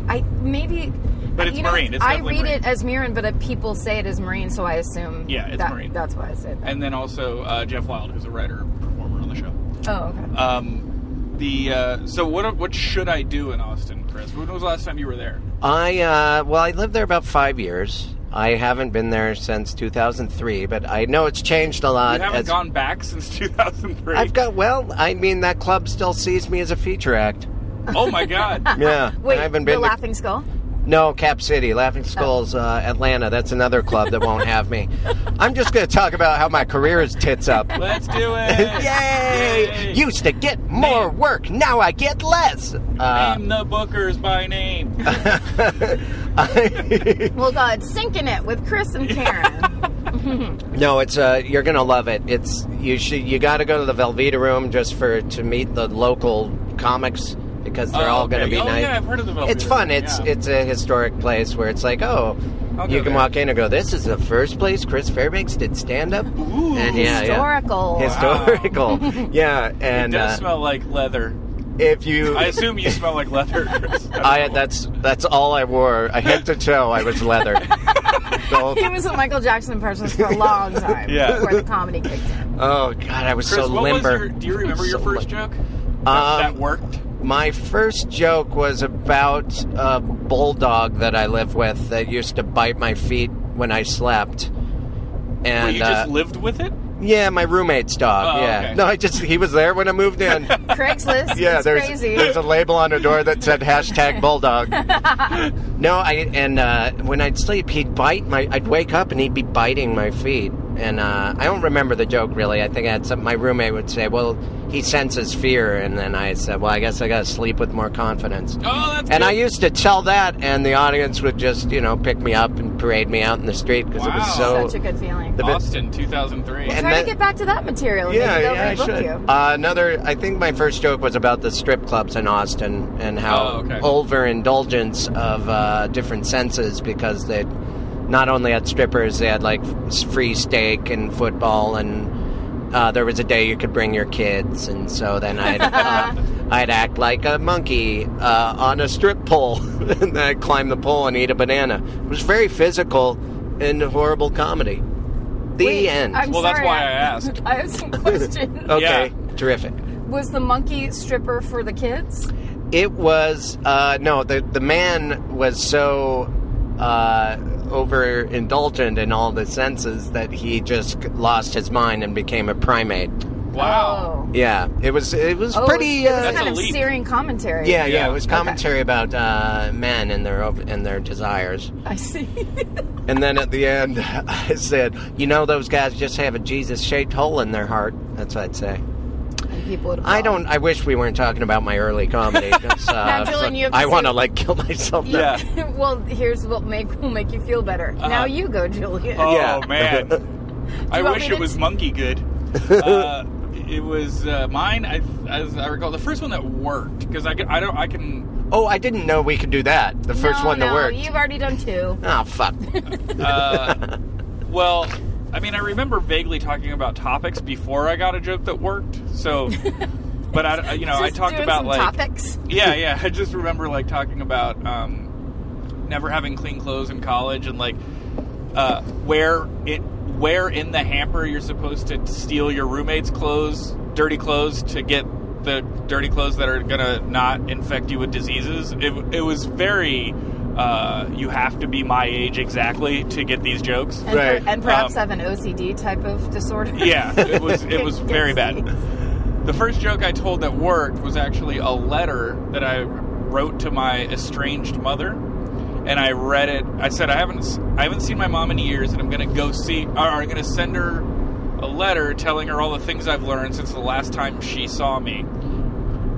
Speaker 3: I maybe.
Speaker 4: But it's
Speaker 3: you know,
Speaker 4: Marine, it's
Speaker 3: I
Speaker 4: definitely
Speaker 3: read
Speaker 4: Marine.
Speaker 3: it as Mirren, but uh, people say it as Marine, so I assume.
Speaker 4: Yeah, it's
Speaker 3: that,
Speaker 4: Marine.
Speaker 3: That's why I said. That.
Speaker 4: And then also uh, Jeff Wild, who's a writer and performer on the show.
Speaker 3: Oh, okay.
Speaker 2: Uh,
Speaker 4: Um, the uh, so what what should I do in Austin, Chris? When was the last time you were there?
Speaker 2: I uh, well, I lived there about five years. I haven't been there since 2003, but I know it's changed a
Speaker 4: You
Speaker 2: lot.
Speaker 4: haven't
Speaker 2: Uh, as-
Speaker 4: gone back since 2003.
Speaker 2: I've got well. I mean, that club still sees me as a feature act.
Speaker 4: oh my god!
Speaker 2: Yeah,
Speaker 3: Wait,
Speaker 2: I haven't
Speaker 3: the
Speaker 2: been. to-
Speaker 3: Laughing Skull.
Speaker 2: no, Cap City, Laughing Skulls, uh, Atlanta. That's another club that won't have me. I'm just going to talk about how my career is tits up.
Speaker 4: Let's do it!
Speaker 2: Yay!
Speaker 4: Yay!
Speaker 2: Used to get more work. Now I get less. Uh,
Speaker 4: Name the bookers by name.
Speaker 3: Well, God, sinking it with Chris and Karen.
Speaker 2: No, it's uh, you're gonna love it. It's you should you got to go to the Velveeta room just for to meet the local comics because they're
Speaker 4: Oh,
Speaker 2: all gonna
Speaker 4: okay.
Speaker 2: be
Speaker 4: Oh,
Speaker 2: nice.
Speaker 4: yeah, I've heard of the Velveeta
Speaker 2: It's fun.
Speaker 4: Room,
Speaker 2: It's
Speaker 4: yeah.
Speaker 2: it's a historic place where it's like oh.
Speaker 4: I'll
Speaker 2: You
Speaker 4: go
Speaker 2: can
Speaker 4: there.
Speaker 2: walk in and go. This is the first place Chris Fairbanks did stand up, and yeah,
Speaker 3: Historical.
Speaker 2: yeah. historical, yeah.
Speaker 4: It
Speaker 2: And
Speaker 4: does
Speaker 2: uh,
Speaker 4: smell like leather.
Speaker 2: if you,
Speaker 4: I assume you smell like leather, Chris.
Speaker 2: I that's that's all I wore. I head to toe, I was leather. The whole-
Speaker 3: He was a Michael Jackson impersonist for a long time
Speaker 4: Yeah.
Speaker 3: before the comedy kicked in.
Speaker 2: oh God, I was
Speaker 4: Chris,
Speaker 2: so
Speaker 4: what
Speaker 2: limber.
Speaker 4: was your? Do you remember your
Speaker 2: So
Speaker 4: first
Speaker 2: lim-
Speaker 4: joke? That-
Speaker 2: Um,
Speaker 4: that worked.
Speaker 2: My first joke was about a bulldog that I live with that used to bite my feet when I slept. And
Speaker 4: Well, you just
Speaker 2: uh,
Speaker 4: lived with it.
Speaker 2: yeah, my roommate's dog.
Speaker 4: Oh,
Speaker 2: yeah,
Speaker 4: okay.
Speaker 2: no, I just he was there when I moved in.
Speaker 3: Craigslist.
Speaker 2: yeah,
Speaker 3: it's
Speaker 2: there's
Speaker 3: crazy.
Speaker 2: there's a label on her door that said hashtag bulldog. no, I and uh, when I'd sleep, he'd bite my. I'd wake up and he'd be biting my feet. And uh, I don't remember the joke really. I think I had some. My roommate would say, "Well, he senses fear," and then I said, "Well, I guess I gotta sleep with more confidence."
Speaker 4: Oh, that's
Speaker 2: And
Speaker 4: good.
Speaker 2: I used to tell that, and the audience would just, you know, pick me up and parade me out in the street because it was
Speaker 4: Wow.
Speaker 2: so.
Speaker 3: Such a good feeling.
Speaker 2: the bit-
Speaker 4: Austin, 2003.
Speaker 2: And
Speaker 3: Try
Speaker 2: that-
Speaker 3: to get back to that material. and
Speaker 2: yeah,
Speaker 3: maybe they'll
Speaker 2: yeah, I
Speaker 3: rebook
Speaker 2: should.
Speaker 3: you.
Speaker 2: Uh, another, I think my first joke was about the strip clubs in Austin and how
Speaker 4: Oh, okay.
Speaker 2: overindulgence of uh, different senses because they not only had strippers, they had like s- free steak and football, and uh, there was a day you could bring your kids, and so then I'd. Uh, I'd act like a monkey uh, on a strip pole, and then I'd climb the pole and eat a banana. It was very physical and horrible comedy. The end. Oh.
Speaker 3: I'm
Speaker 4: Well, that's
Speaker 3: sorry,
Speaker 4: why I asked.
Speaker 3: I have some questions.
Speaker 2: okay,
Speaker 4: Yeah.
Speaker 2: terrific.
Speaker 3: Was the monkey stripper for the kids?
Speaker 2: It was uh, no the the man was so uh, overindulgent in all the senses that he just lost his mind and became a primate.
Speaker 4: wow.
Speaker 3: Oh.
Speaker 2: Yeah, it was it was
Speaker 3: Oh,
Speaker 2: pretty.
Speaker 3: it was
Speaker 2: Uh,
Speaker 4: That's
Speaker 3: kind
Speaker 4: a
Speaker 3: of
Speaker 4: leap.
Speaker 3: searing commentary.
Speaker 2: yeah, yeah,
Speaker 4: Yeah.
Speaker 2: it was commentary about uh, men and their ov- and their desires.
Speaker 3: I see.
Speaker 2: And then at the end, I said, "You know, those guys just have a Jesus-shaped hole in their heart." That's what I'd say.
Speaker 3: And people would
Speaker 2: I
Speaker 3: applaud.
Speaker 2: don't. I wish we weren't talking about my early comedy. 'cause, uh,
Speaker 3: Now, Dylan, you have to
Speaker 2: I
Speaker 3: say-
Speaker 2: want to like kill myself. now.
Speaker 4: Yeah.
Speaker 3: well, here's what make will make you feel better. now you go, Julia.
Speaker 4: Uh-huh. Oh
Speaker 2: Yeah.
Speaker 4: man, I
Speaker 3: want me
Speaker 4: wish it
Speaker 3: to-
Speaker 4: was monkey good. Uh, it was uh, mine. I, as I recall, the first one that worked because I, can- I don't I can
Speaker 2: Oh, I didn't know we could do that. The first
Speaker 3: no,
Speaker 2: one
Speaker 3: no,
Speaker 2: that worked.
Speaker 3: You've already done two.
Speaker 2: Oh fuck.
Speaker 4: well. I mean, I remember vaguely talking about topics before I got a joke that worked. So, but I, I- you know, I
Speaker 3: Just
Speaker 4: talked
Speaker 3: doing
Speaker 4: about
Speaker 3: some
Speaker 4: like
Speaker 3: topics.
Speaker 4: yeah, yeah. I just remember like talking about um, never having clean clothes in college and like uh, where it where in the hamper you're supposed to steal your roommate's clothes, dirty clothes, to get the dirty clothes that are gonna not infect you with diseases. It, it was very. Uh, you have to be my age exactly to get these jokes.
Speaker 3: And, per-
Speaker 2: Right.
Speaker 3: and perhaps
Speaker 4: Um,
Speaker 3: have an OCD type of disorder.
Speaker 4: Yeah, it was it was very bad.
Speaker 3: Disease.
Speaker 4: The first joke I told that worked was actually a letter that I wrote to my estranged mother, and I read it. I said I haven't s- I haven't seen my mom in years, and I'm gonna go see. Or I'm gonna send her a letter telling her all the things I've learned since the last time she saw me.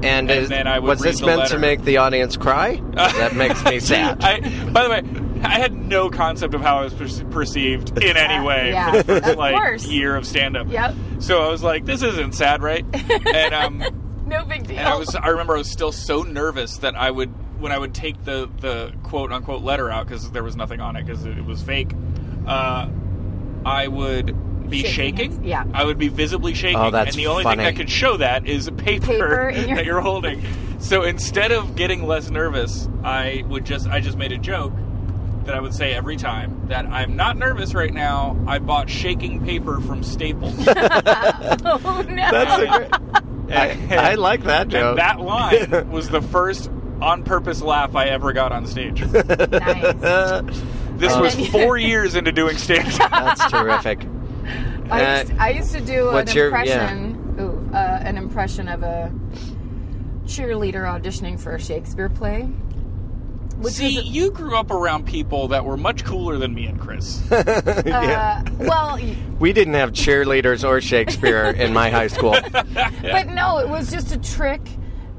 Speaker 2: And,
Speaker 4: And
Speaker 2: is-
Speaker 4: then I would
Speaker 2: was
Speaker 4: read
Speaker 2: this
Speaker 4: the
Speaker 2: meant
Speaker 4: letter.
Speaker 2: to make the audience cry? that makes me sad.
Speaker 4: I, by the way, I had no concept of how I was perce- perceived in any way
Speaker 3: yeah,
Speaker 4: for the first
Speaker 3: of
Speaker 4: like
Speaker 3: course.
Speaker 4: year of stand up.
Speaker 3: Yep.
Speaker 4: So I was like, this isn't sad, right? And um
Speaker 3: No big deal.
Speaker 4: and I was I remember I was still so nervous that I would when I would take the the quote unquote letter out cuz there was nothing on it cuz it was fake. Uh I would be
Speaker 3: Shaking
Speaker 4: shaking.
Speaker 3: hands, yeah.
Speaker 4: I would be visibly shaking.
Speaker 2: Oh, that's
Speaker 4: and the only
Speaker 2: funny.
Speaker 4: thing that could show that is a paper,
Speaker 3: Paper in your-
Speaker 4: that you're holding. So instead of getting less nervous, I would just I just made a joke that I would say every time that I'm not nervous right now. I bought shaking paper from Staples.
Speaker 3: oh no.
Speaker 2: That's a great.
Speaker 4: And-
Speaker 2: I, I like that
Speaker 4: and
Speaker 2: joke.
Speaker 4: that line was the first on purpose laugh I ever got on stage.
Speaker 3: nice.
Speaker 2: Uh,
Speaker 4: This was four years into doing stage.
Speaker 2: that's terrific.
Speaker 3: I used,
Speaker 2: Uh,
Speaker 3: I used to do an
Speaker 2: what's your-
Speaker 3: impression. Ooh, uh, an impression of a cheerleader auditioning for a Shakespeare play. Which
Speaker 4: See,
Speaker 3: was
Speaker 4: you grew up around people that were much cooler than me and Chris.
Speaker 2: yeah.
Speaker 3: uh, well, y-
Speaker 2: We didn't have cheerleaders or Shakespeare in my high school.
Speaker 3: but no, it was just a trick.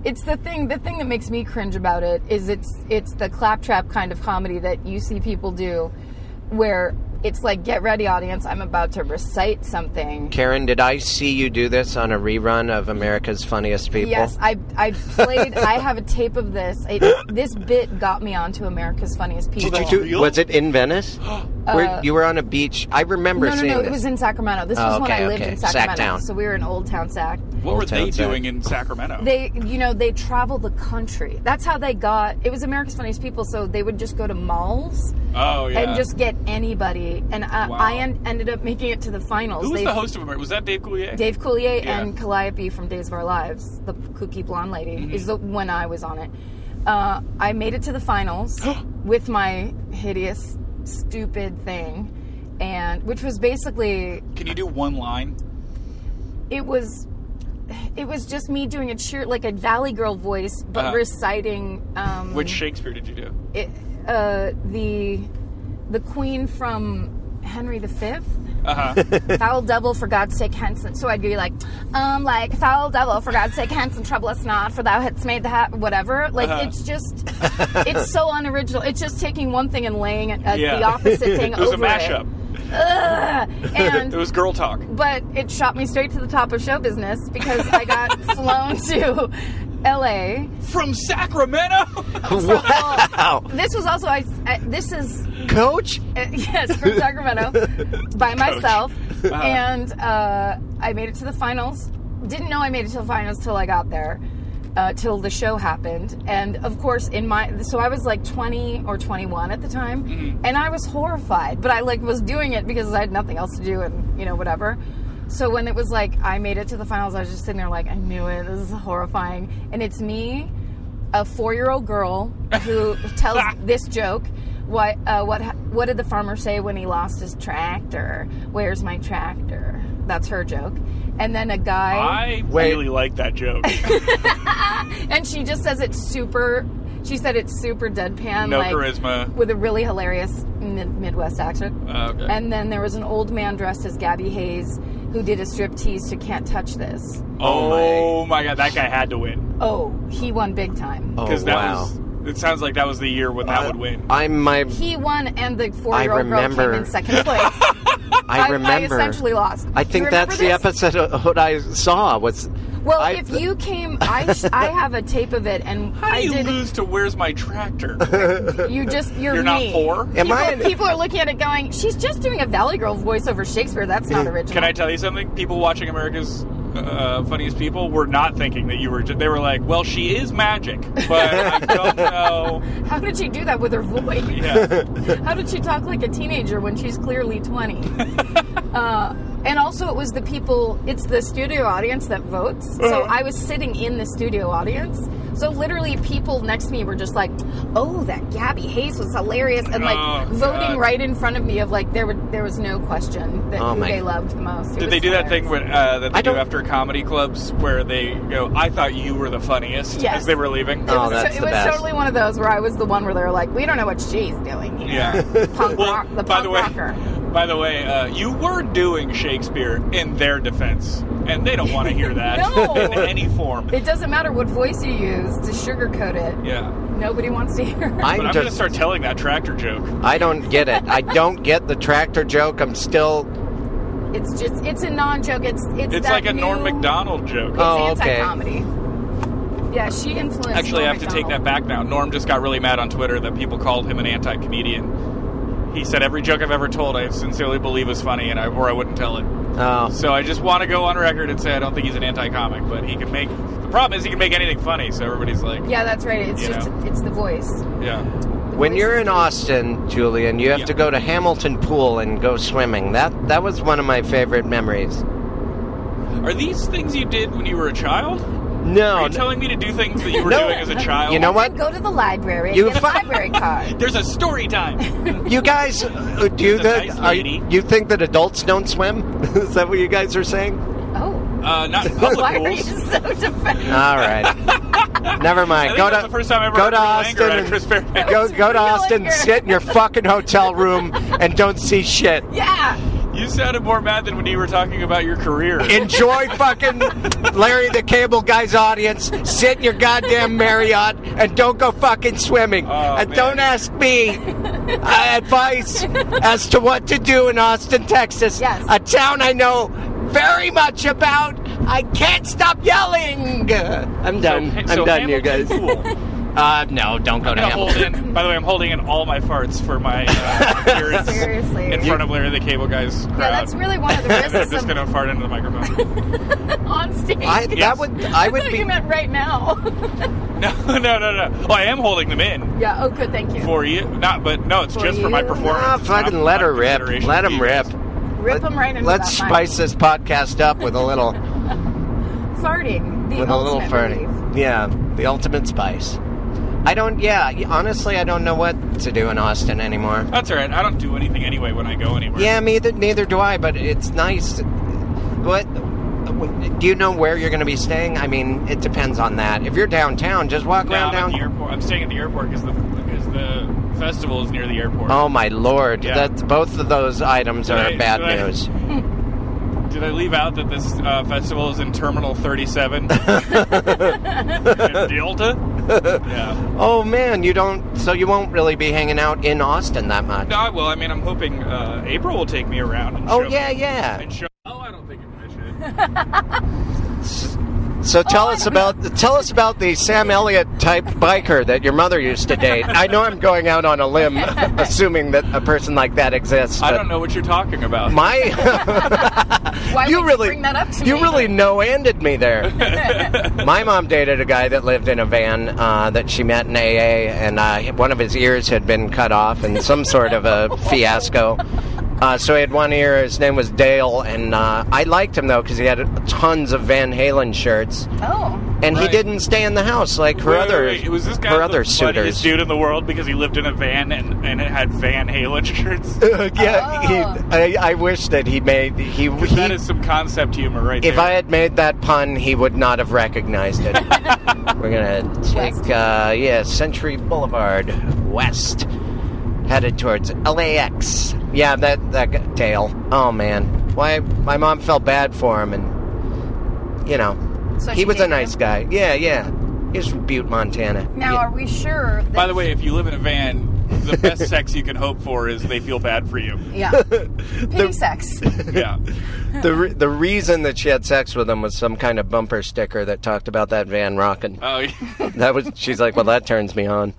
Speaker 3: It's the thing. The thing that makes me cringe about it is it's it's the claptrap kind of comedy that you see people do, where it's like, get ready, audience, I'm about to recite something.
Speaker 2: Karen, did I see you do this on a rerun of America's Funniest People?
Speaker 3: Yes, I I played. I have a tape of this. It, this bit got me onto America's Funniest People.
Speaker 2: Did you do? Was it in Venice? Where, you were on a beach. I remember
Speaker 3: Uh, No, no,
Speaker 2: seeing
Speaker 3: no.
Speaker 2: this.
Speaker 3: It was in Sacramento. This
Speaker 2: Oh,
Speaker 3: was when
Speaker 2: okay,
Speaker 3: I lived
Speaker 2: okay.
Speaker 3: in Sacramento,
Speaker 2: Sacktown.
Speaker 3: so we were in Old Town Sac.
Speaker 4: What were they
Speaker 2: Sounds bad.
Speaker 4: doing in Sacramento?
Speaker 3: They, you know, they travel the country. That's how they got. It was America's Funniest People, so they would just go to malls
Speaker 4: oh yeah.
Speaker 3: and just get anybody. And I,
Speaker 4: Wow.
Speaker 3: I en- ended up making it to the finals.
Speaker 4: Who was
Speaker 3: They-
Speaker 4: the host of America? Was that Dave Coulier?
Speaker 3: Dave Coulier
Speaker 4: Yeah.
Speaker 3: and Calliope from Days of Our Lives, the kooky blonde lady,
Speaker 4: Mm-hmm.
Speaker 3: is the when I was on it. Uh, I made it to the finals with my hideous, stupid thing, and which was basically
Speaker 4: Can you do one line?
Speaker 3: it was it was just me doing a cheer like a valley girl voice, but
Speaker 4: Uh-huh.
Speaker 3: reciting um,
Speaker 4: Which Shakespeare did you do?
Speaker 3: it, uh, the the queen from Henry V.
Speaker 4: Uh huh.
Speaker 3: foul devil for God's sake, hence. So I'd be like, um, like foul devil for God's sake, hence, and trouble us not, for thou hadst made the hat, whatever. Like
Speaker 4: Uh-huh.
Speaker 3: it's just, it's so unoriginal. It's just taking one thing and laying it, uh,
Speaker 4: Yeah.
Speaker 3: the opposite thing
Speaker 4: it was a
Speaker 3: over
Speaker 4: mashup.
Speaker 3: it.
Speaker 4: It
Speaker 3: And
Speaker 4: was girl talk.
Speaker 3: but it shot me straight to the top of show business because I got flown to L.A.
Speaker 4: From Sacramento?
Speaker 2: wow,
Speaker 3: This was also I. I this is
Speaker 2: Coach.
Speaker 3: Uh, yes, from Sacramento by myself. And uh, I made it to the finals. Didn't know I made it to the finals till I got there, uh, till the show happened. And of course, in my so I was like 20 or 21 at the time, and I was horrified. But I like was doing it because I had nothing else to do, and you know whatever. So when it was like I made it to the finals, I was just sitting there like I knew it. This is horrifying, and it's me a four-year-old girl who tells this joke. What uh, what ha- what did the farmer say when he lost his tractor? Where's my tractor? That's her joke. And then a guy,
Speaker 4: I
Speaker 2: Wait.
Speaker 4: really like that joke.
Speaker 3: and she just says it's super. She said it's super deadpan,
Speaker 4: No
Speaker 3: like
Speaker 4: charisma.
Speaker 3: with a really hilarious mid- Midwest accent.
Speaker 4: Uh, okay.
Speaker 3: And then there was an old man dressed as Gabby Hayes who did a strip tease to "Can't Touch This."
Speaker 4: oh my god, that guy had to win.
Speaker 3: Oh, he won big time.
Speaker 2: Oh
Speaker 4: Because that
Speaker 2: wow.
Speaker 4: was. It sounds like that was the year when that would win.
Speaker 2: I'm my.
Speaker 3: He won, and the four-year-old girl came
Speaker 2: remember.
Speaker 3: in second place.
Speaker 2: I remember.
Speaker 3: I essentially lost.
Speaker 2: I
Speaker 3: Do you
Speaker 2: think that's the
Speaker 3: remember this?
Speaker 2: episode of what I saw was.
Speaker 3: Well,
Speaker 2: I-
Speaker 3: if you came, I sh- I have a tape of it, and
Speaker 4: How do
Speaker 3: I
Speaker 4: you
Speaker 3: did.
Speaker 4: lose to Where's My Tractor?
Speaker 3: You just you're,
Speaker 4: You're not
Speaker 3: me.
Speaker 4: poor?
Speaker 2: Am
Speaker 3: People,
Speaker 2: I? an-
Speaker 3: people are looking at it going, she's just doing a Valley Girl voice over Shakespeare. That's not original.
Speaker 4: Can I tell you something? People watching America's uh, Funniest People were not thinking that you were. They were like, "Well, she is magic," but I don't know.
Speaker 3: How did she do that with her voice?
Speaker 4: Yeah,
Speaker 3: How did she talk like a teenager when she's clearly 20? uh, and also, it was the people, it's the studio audience that votes. So
Speaker 4: Uh-huh.
Speaker 3: I was sitting in the studio audience. So literally, people next to me were just like, oh, that Gabby Hayes was hilarious. And like
Speaker 4: Oh,
Speaker 3: voting
Speaker 4: God.
Speaker 3: right in front of me, of like, there, were, there was no question that
Speaker 2: Oh,
Speaker 3: who
Speaker 2: my-
Speaker 3: they loved the most. It
Speaker 4: did
Speaker 3: was
Speaker 4: they do that thing
Speaker 3: hilarious.
Speaker 4: when, uh, that they
Speaker 2: I
Speaker 4: do
Speaker 2: don't-
Speaker 4: after comedy clubs where they go, "I thought you were the funniest"
Speaker 3: Yes.
Speaker 4: as they were leaving?
Speaker 3: It
Speaker 2: Oh,
Speaker 3: was, to-
Speaker 2: that's
Speaker 3: it
Speaker 2: the
Speaker 3: was
Speaker 2: best.
Speaker 3: totally one of those where I was the one where they were like, we don't know what she's doing here.
Speaker 4: yeah.
Speaker 3: Punk
Speaker 4: Well,
Speaker 3: rock, the
Speaker 4: by
Speaker 3: punk
Speaker 4: the way,
Speaker 3: rocker.
Speaker 4: by the way, uh, you were doing Shakespeare in their defense. and they don't want to hear that
Speaker 3: No.
Speaker 4: in any form.
Speaker 3: It doesn't matter what voice you use to sugarcoat it.
Speaker 4: yeah.
Speaker 3: Nobody wants to hear. it.
Speaker 4: But I'm
Speaker 2: I'm
Speaker 4: going to
Speaker 2: just,
Speaker 4: start telling that tractor joke.
Speaker 2: I don't get it. I don't get the tractor joke. I'm still.
Speaker 3: It's just it's a non-joke. It's it's,
Speaker 4: It's
Speaker 3: that
Speaker 4: like a Norm
Speaker 3: new-
Speaker 4: McDonald joke.
Speaker 3: It's
Speaker 2: Oh, okay.
Speaker 3: anti-comedy. Yeah, she influenced.
Speaker 4: Actually, I
Speaker 3: Norm
Speaker 4: have to take that
Speaker 3: Macdonald.
Speaker 4: back now. Norm just got really mad on Twitter that people called him an anti comedian. He said, Every joke I've ever told, I sincerely believe is funny, and I, or I wouldn't tell it.
Speaker 2: Oh,
Speaker 4: So I just want to go on record and say I don't think he's an anti comic, but he can make. The problem is he can make anything funny, so everybody's like,
Speaker 3: Yeah, that's right. It's
Speaker 4: You
Speaker 3: just
Speaker 4: know.
Speaker 3: it's the voice.
Speaker 4: yeah.
Speaker 2: when you're in Austin, Julian, you have
Speaker 4: Yeah.
Speaker 2: to go to Hamilton Pool and go swimming. That that was one of my favorite memories.
Speaker 4: Are these things you did when you were a child? Are
Speaker 2: No,
Speaker 4: you telling me to do things that you were
Speaker 2: No.
Speaker 4: doing as a child?
Speaker 2: You know what?
Speaker 3: Go to the library. and
Speaker 2: You
Speaker 3: get a
Speaker 2: fu-
Speaker 3: library card.
Speaker 4: There's a story time.
Speaker 2: You guys uh, do
Speaker 4: She's a
Speaker 2: the?
Speaker 4: nice
Speaker 2: are-
Speaker 4: lady.
Speaker 2: you think that adults don't swim? Is that what you guys are saying?
Speaker 3: Oh,
Speaker 4: Uh, not in
Speaker 3: why
Speaker 4: public
Speaker 3: are you
Speaker 4: pools.
Speaker 3: so defensive?
Speaker 2: All right. Never
Speaker 4: I
Speaker 2: mind.
Speaker 4: think
Speaker 2: Go
Speaker 4: that's
Speaker 2: to
Speaker 4: the first time I ever
Speaker 2: go
Speaker 4: heard
Speaker 2: to
Speaker 4: real
Speaker 2: Austin.
Speaker 4: anger at
Speaker 2: and-
Speaker 4: Chris Fairbanks.
Speaker 2: go go to
Speaker 3: Real
Speaker 2: Austin.
Speaker 3: anger.
Speaker 2: Sit in your fucking hotel room and don't see shit.
Speaker 3: Yeah,
Speaker 4: You sounded more mad than when you were talking about your career.
Speaker 2: Enjoy fucking Larry the Cable Guy's audience. Sit in your goddamn Marriott and don't go fucking swimming.
Speaker 4: Oh,
Speaker 2: and
Speaker 4: man.
Speaker 2: don't ask me uh, advice as to what to do in Austin, Texas,
Speaker 3: Yes.
Speaker 2: a town I know very much about. I can't stop yelling. I'm done. I'm
Speaker 4: so
Speaker 2: done here, guys.
Speaker 4: Hamilton Pool.
Speaker 2: Uh, no, don't go to
Speaker 4: I'm gonna hold
Speaker 2: Hamilton.
Speaker 4: in. By the way, I'm holding in all my farts for my uh, appearance
Speaker 3: Seriously.
Speaker 4: in front of Larry the Cable Guy's crowd.
Speaker 3: yeah. That's really one of the
Speaker 4: I'm
Speaker 3: risks
Speaker 4: Uh,
Speaker 3: of
Speaker 4: just gonna fart into the microphone.
Speaker 3: on stage.
Speaker 2: I,
Speaker 4: Yes.
Speaker 2: That would I would
Speaker 3: thought
Speaker 2: be
Speaker 3: you meant right now.
Speaker 4: no, no, no, no. Well, I am holding them in
Speaker 3: yeah. Oh, good. Thank you.
Speaker 4: for you. Not, but no, it's
Speaker 3: For
Speaker 4: just for my
Speaker 3: you?
Speaker 4: performance.
Speaker 2: Ah,
Speaker 4: It's
Speaker 2: fucking
Speaker 4: not-
Speaker 2: let
Speaker 4: not
Speaker 2: her rip.
Speaker 4: consideration
Speaker 2: Let
Speaker 4: to
Speaker 2: him
Speaker 4: you
Speaker 2: rip.
Speaker 4: guys.
Speaker 3: Rip them right into
Speaker 2: Let's
Speaker 3: that
Speaker 2: spice this podcast up with a little
Speaker 3: mic. farting. The
Speaker 2: with a little
Speaker 3: ultimate
Speaker 2: ferny.
Speaker 3: relief.
Speaker 2: Yeah, the ultimate spice. I don't. Yeah, y- honestly, I don't know what to do in Austin anymore.
Speaker 4: That's all right. I don't do anything anyway when I go anywhere.
Speaker 2: Yeah, neither neither do I. But it's nice. What? what- Do you know where you're going to be staying? I mean, it depends on that. If you're downtown, just walk
Speaker 4: Now
Speaker 2: around
Speaker 4: I'm, at the
Speaker 2: downtown.
Speaker 4: airport. I'm staying at the airport because the, because the festival is near the airport.
Speaker 2: Oh my lord!
Speaker 4: Yeah.
Speaker 2: That both of those items are
Speaker 4: Right,
Speaker 2: bad
Speaker 4: right.
Speaker 2: news.
Speaker 4: Did I leave out that this uh, festival is in Terminal 37? In Delta? Yeah.
Speaker 2: Oh man, you don't. So you won't really be hanging out in Austin that much.
Speaker 4: No, I will. I mean, I'm hoping uh, April will take me around. And
Speaker 2: Oh
Speaker 4: show
Speaker 2: yeah,
Speaker 4: me,
Speaker 2: yeah.
Speaker 4: And show. Oh, I don't think it should.
Speaker 2: So
Speaker 3: Oh,
Speaker 2: tell us about tell us about the Sam Elliott type biker that your mother used to date. I know I'm going out on a limb, assuming that a person like that exists.
Speaker 4: I
Speaker 2: but
Speaker 4: don't know what you're talking about.
Speaker 2: My,
Speaker 3: Why
Speaker 2: you
Speaker 3: would
Speaker 2: really,
Speaker 3: you bring that up to
Speaker 2: you
Speaker 3: me?
Speaker 2: really no-ended me there. My mom dated a guy that lived in a van uh, that she met in AA, and uh, one of his ears had been cut off in some sort of a fiasco. Uh, so he had one ear. His name was Dale, and uh, I liked him though because he had tons of Van Halen shirts.
Speaker 3: Oh,
Speaker 2: And he
Speaker 4: Right.
Speaker 2: didn't stay in the house like her
Speaker 4: Wait, wait,
Speaker 2: other
Speaker 4: wait, Was this guy
Speaker 2: her
Speaker 4: the
Speaker 2: other
Speaker 4: funniest
Speaker 2: suitors.
Speaker 4: dude in the world because he lived in a van and, and it had Van Halen shirts?
Speaker 2: Uh, yeah, he, I, I wish that he made he, he
Speaker 4: Ah. that is some concept humor right
Speaker 2: if
Speaker 4: there.
Speaker 2: I had made that pun, he would not have recognized it. We're gonna take uh, yeah Century Boulevard West, headed towards LAX. Yeah, that that guy- Dale. Oh man, why my mom felt bad for him, and you know
Speaker 3: So
Speaker 2: he
Speaker 3: she
Speaker 2: was a
Speaker 3: dated
Speaker 2: nice
Speaker 3: him?
Speaker 2: guy. Yeah, yeah. He's from Butte, Montana.
Speaker 3: now
Speaker 2: Yeah.
Speaker 3: are we sure? That
Speaker 4: By the way, if you live in a van, the best sex you can hope for is they feel bad for you.
Speaker 3: yeah, pity sex.
Speaker 4: Yeah.
Speaker 2: the re- the reason that she had sex with him was some kind of bumper sticker that talked about that van rocking.
Speaker 4: Oh,
Speaker 2: That was she's like, well, that turns me on.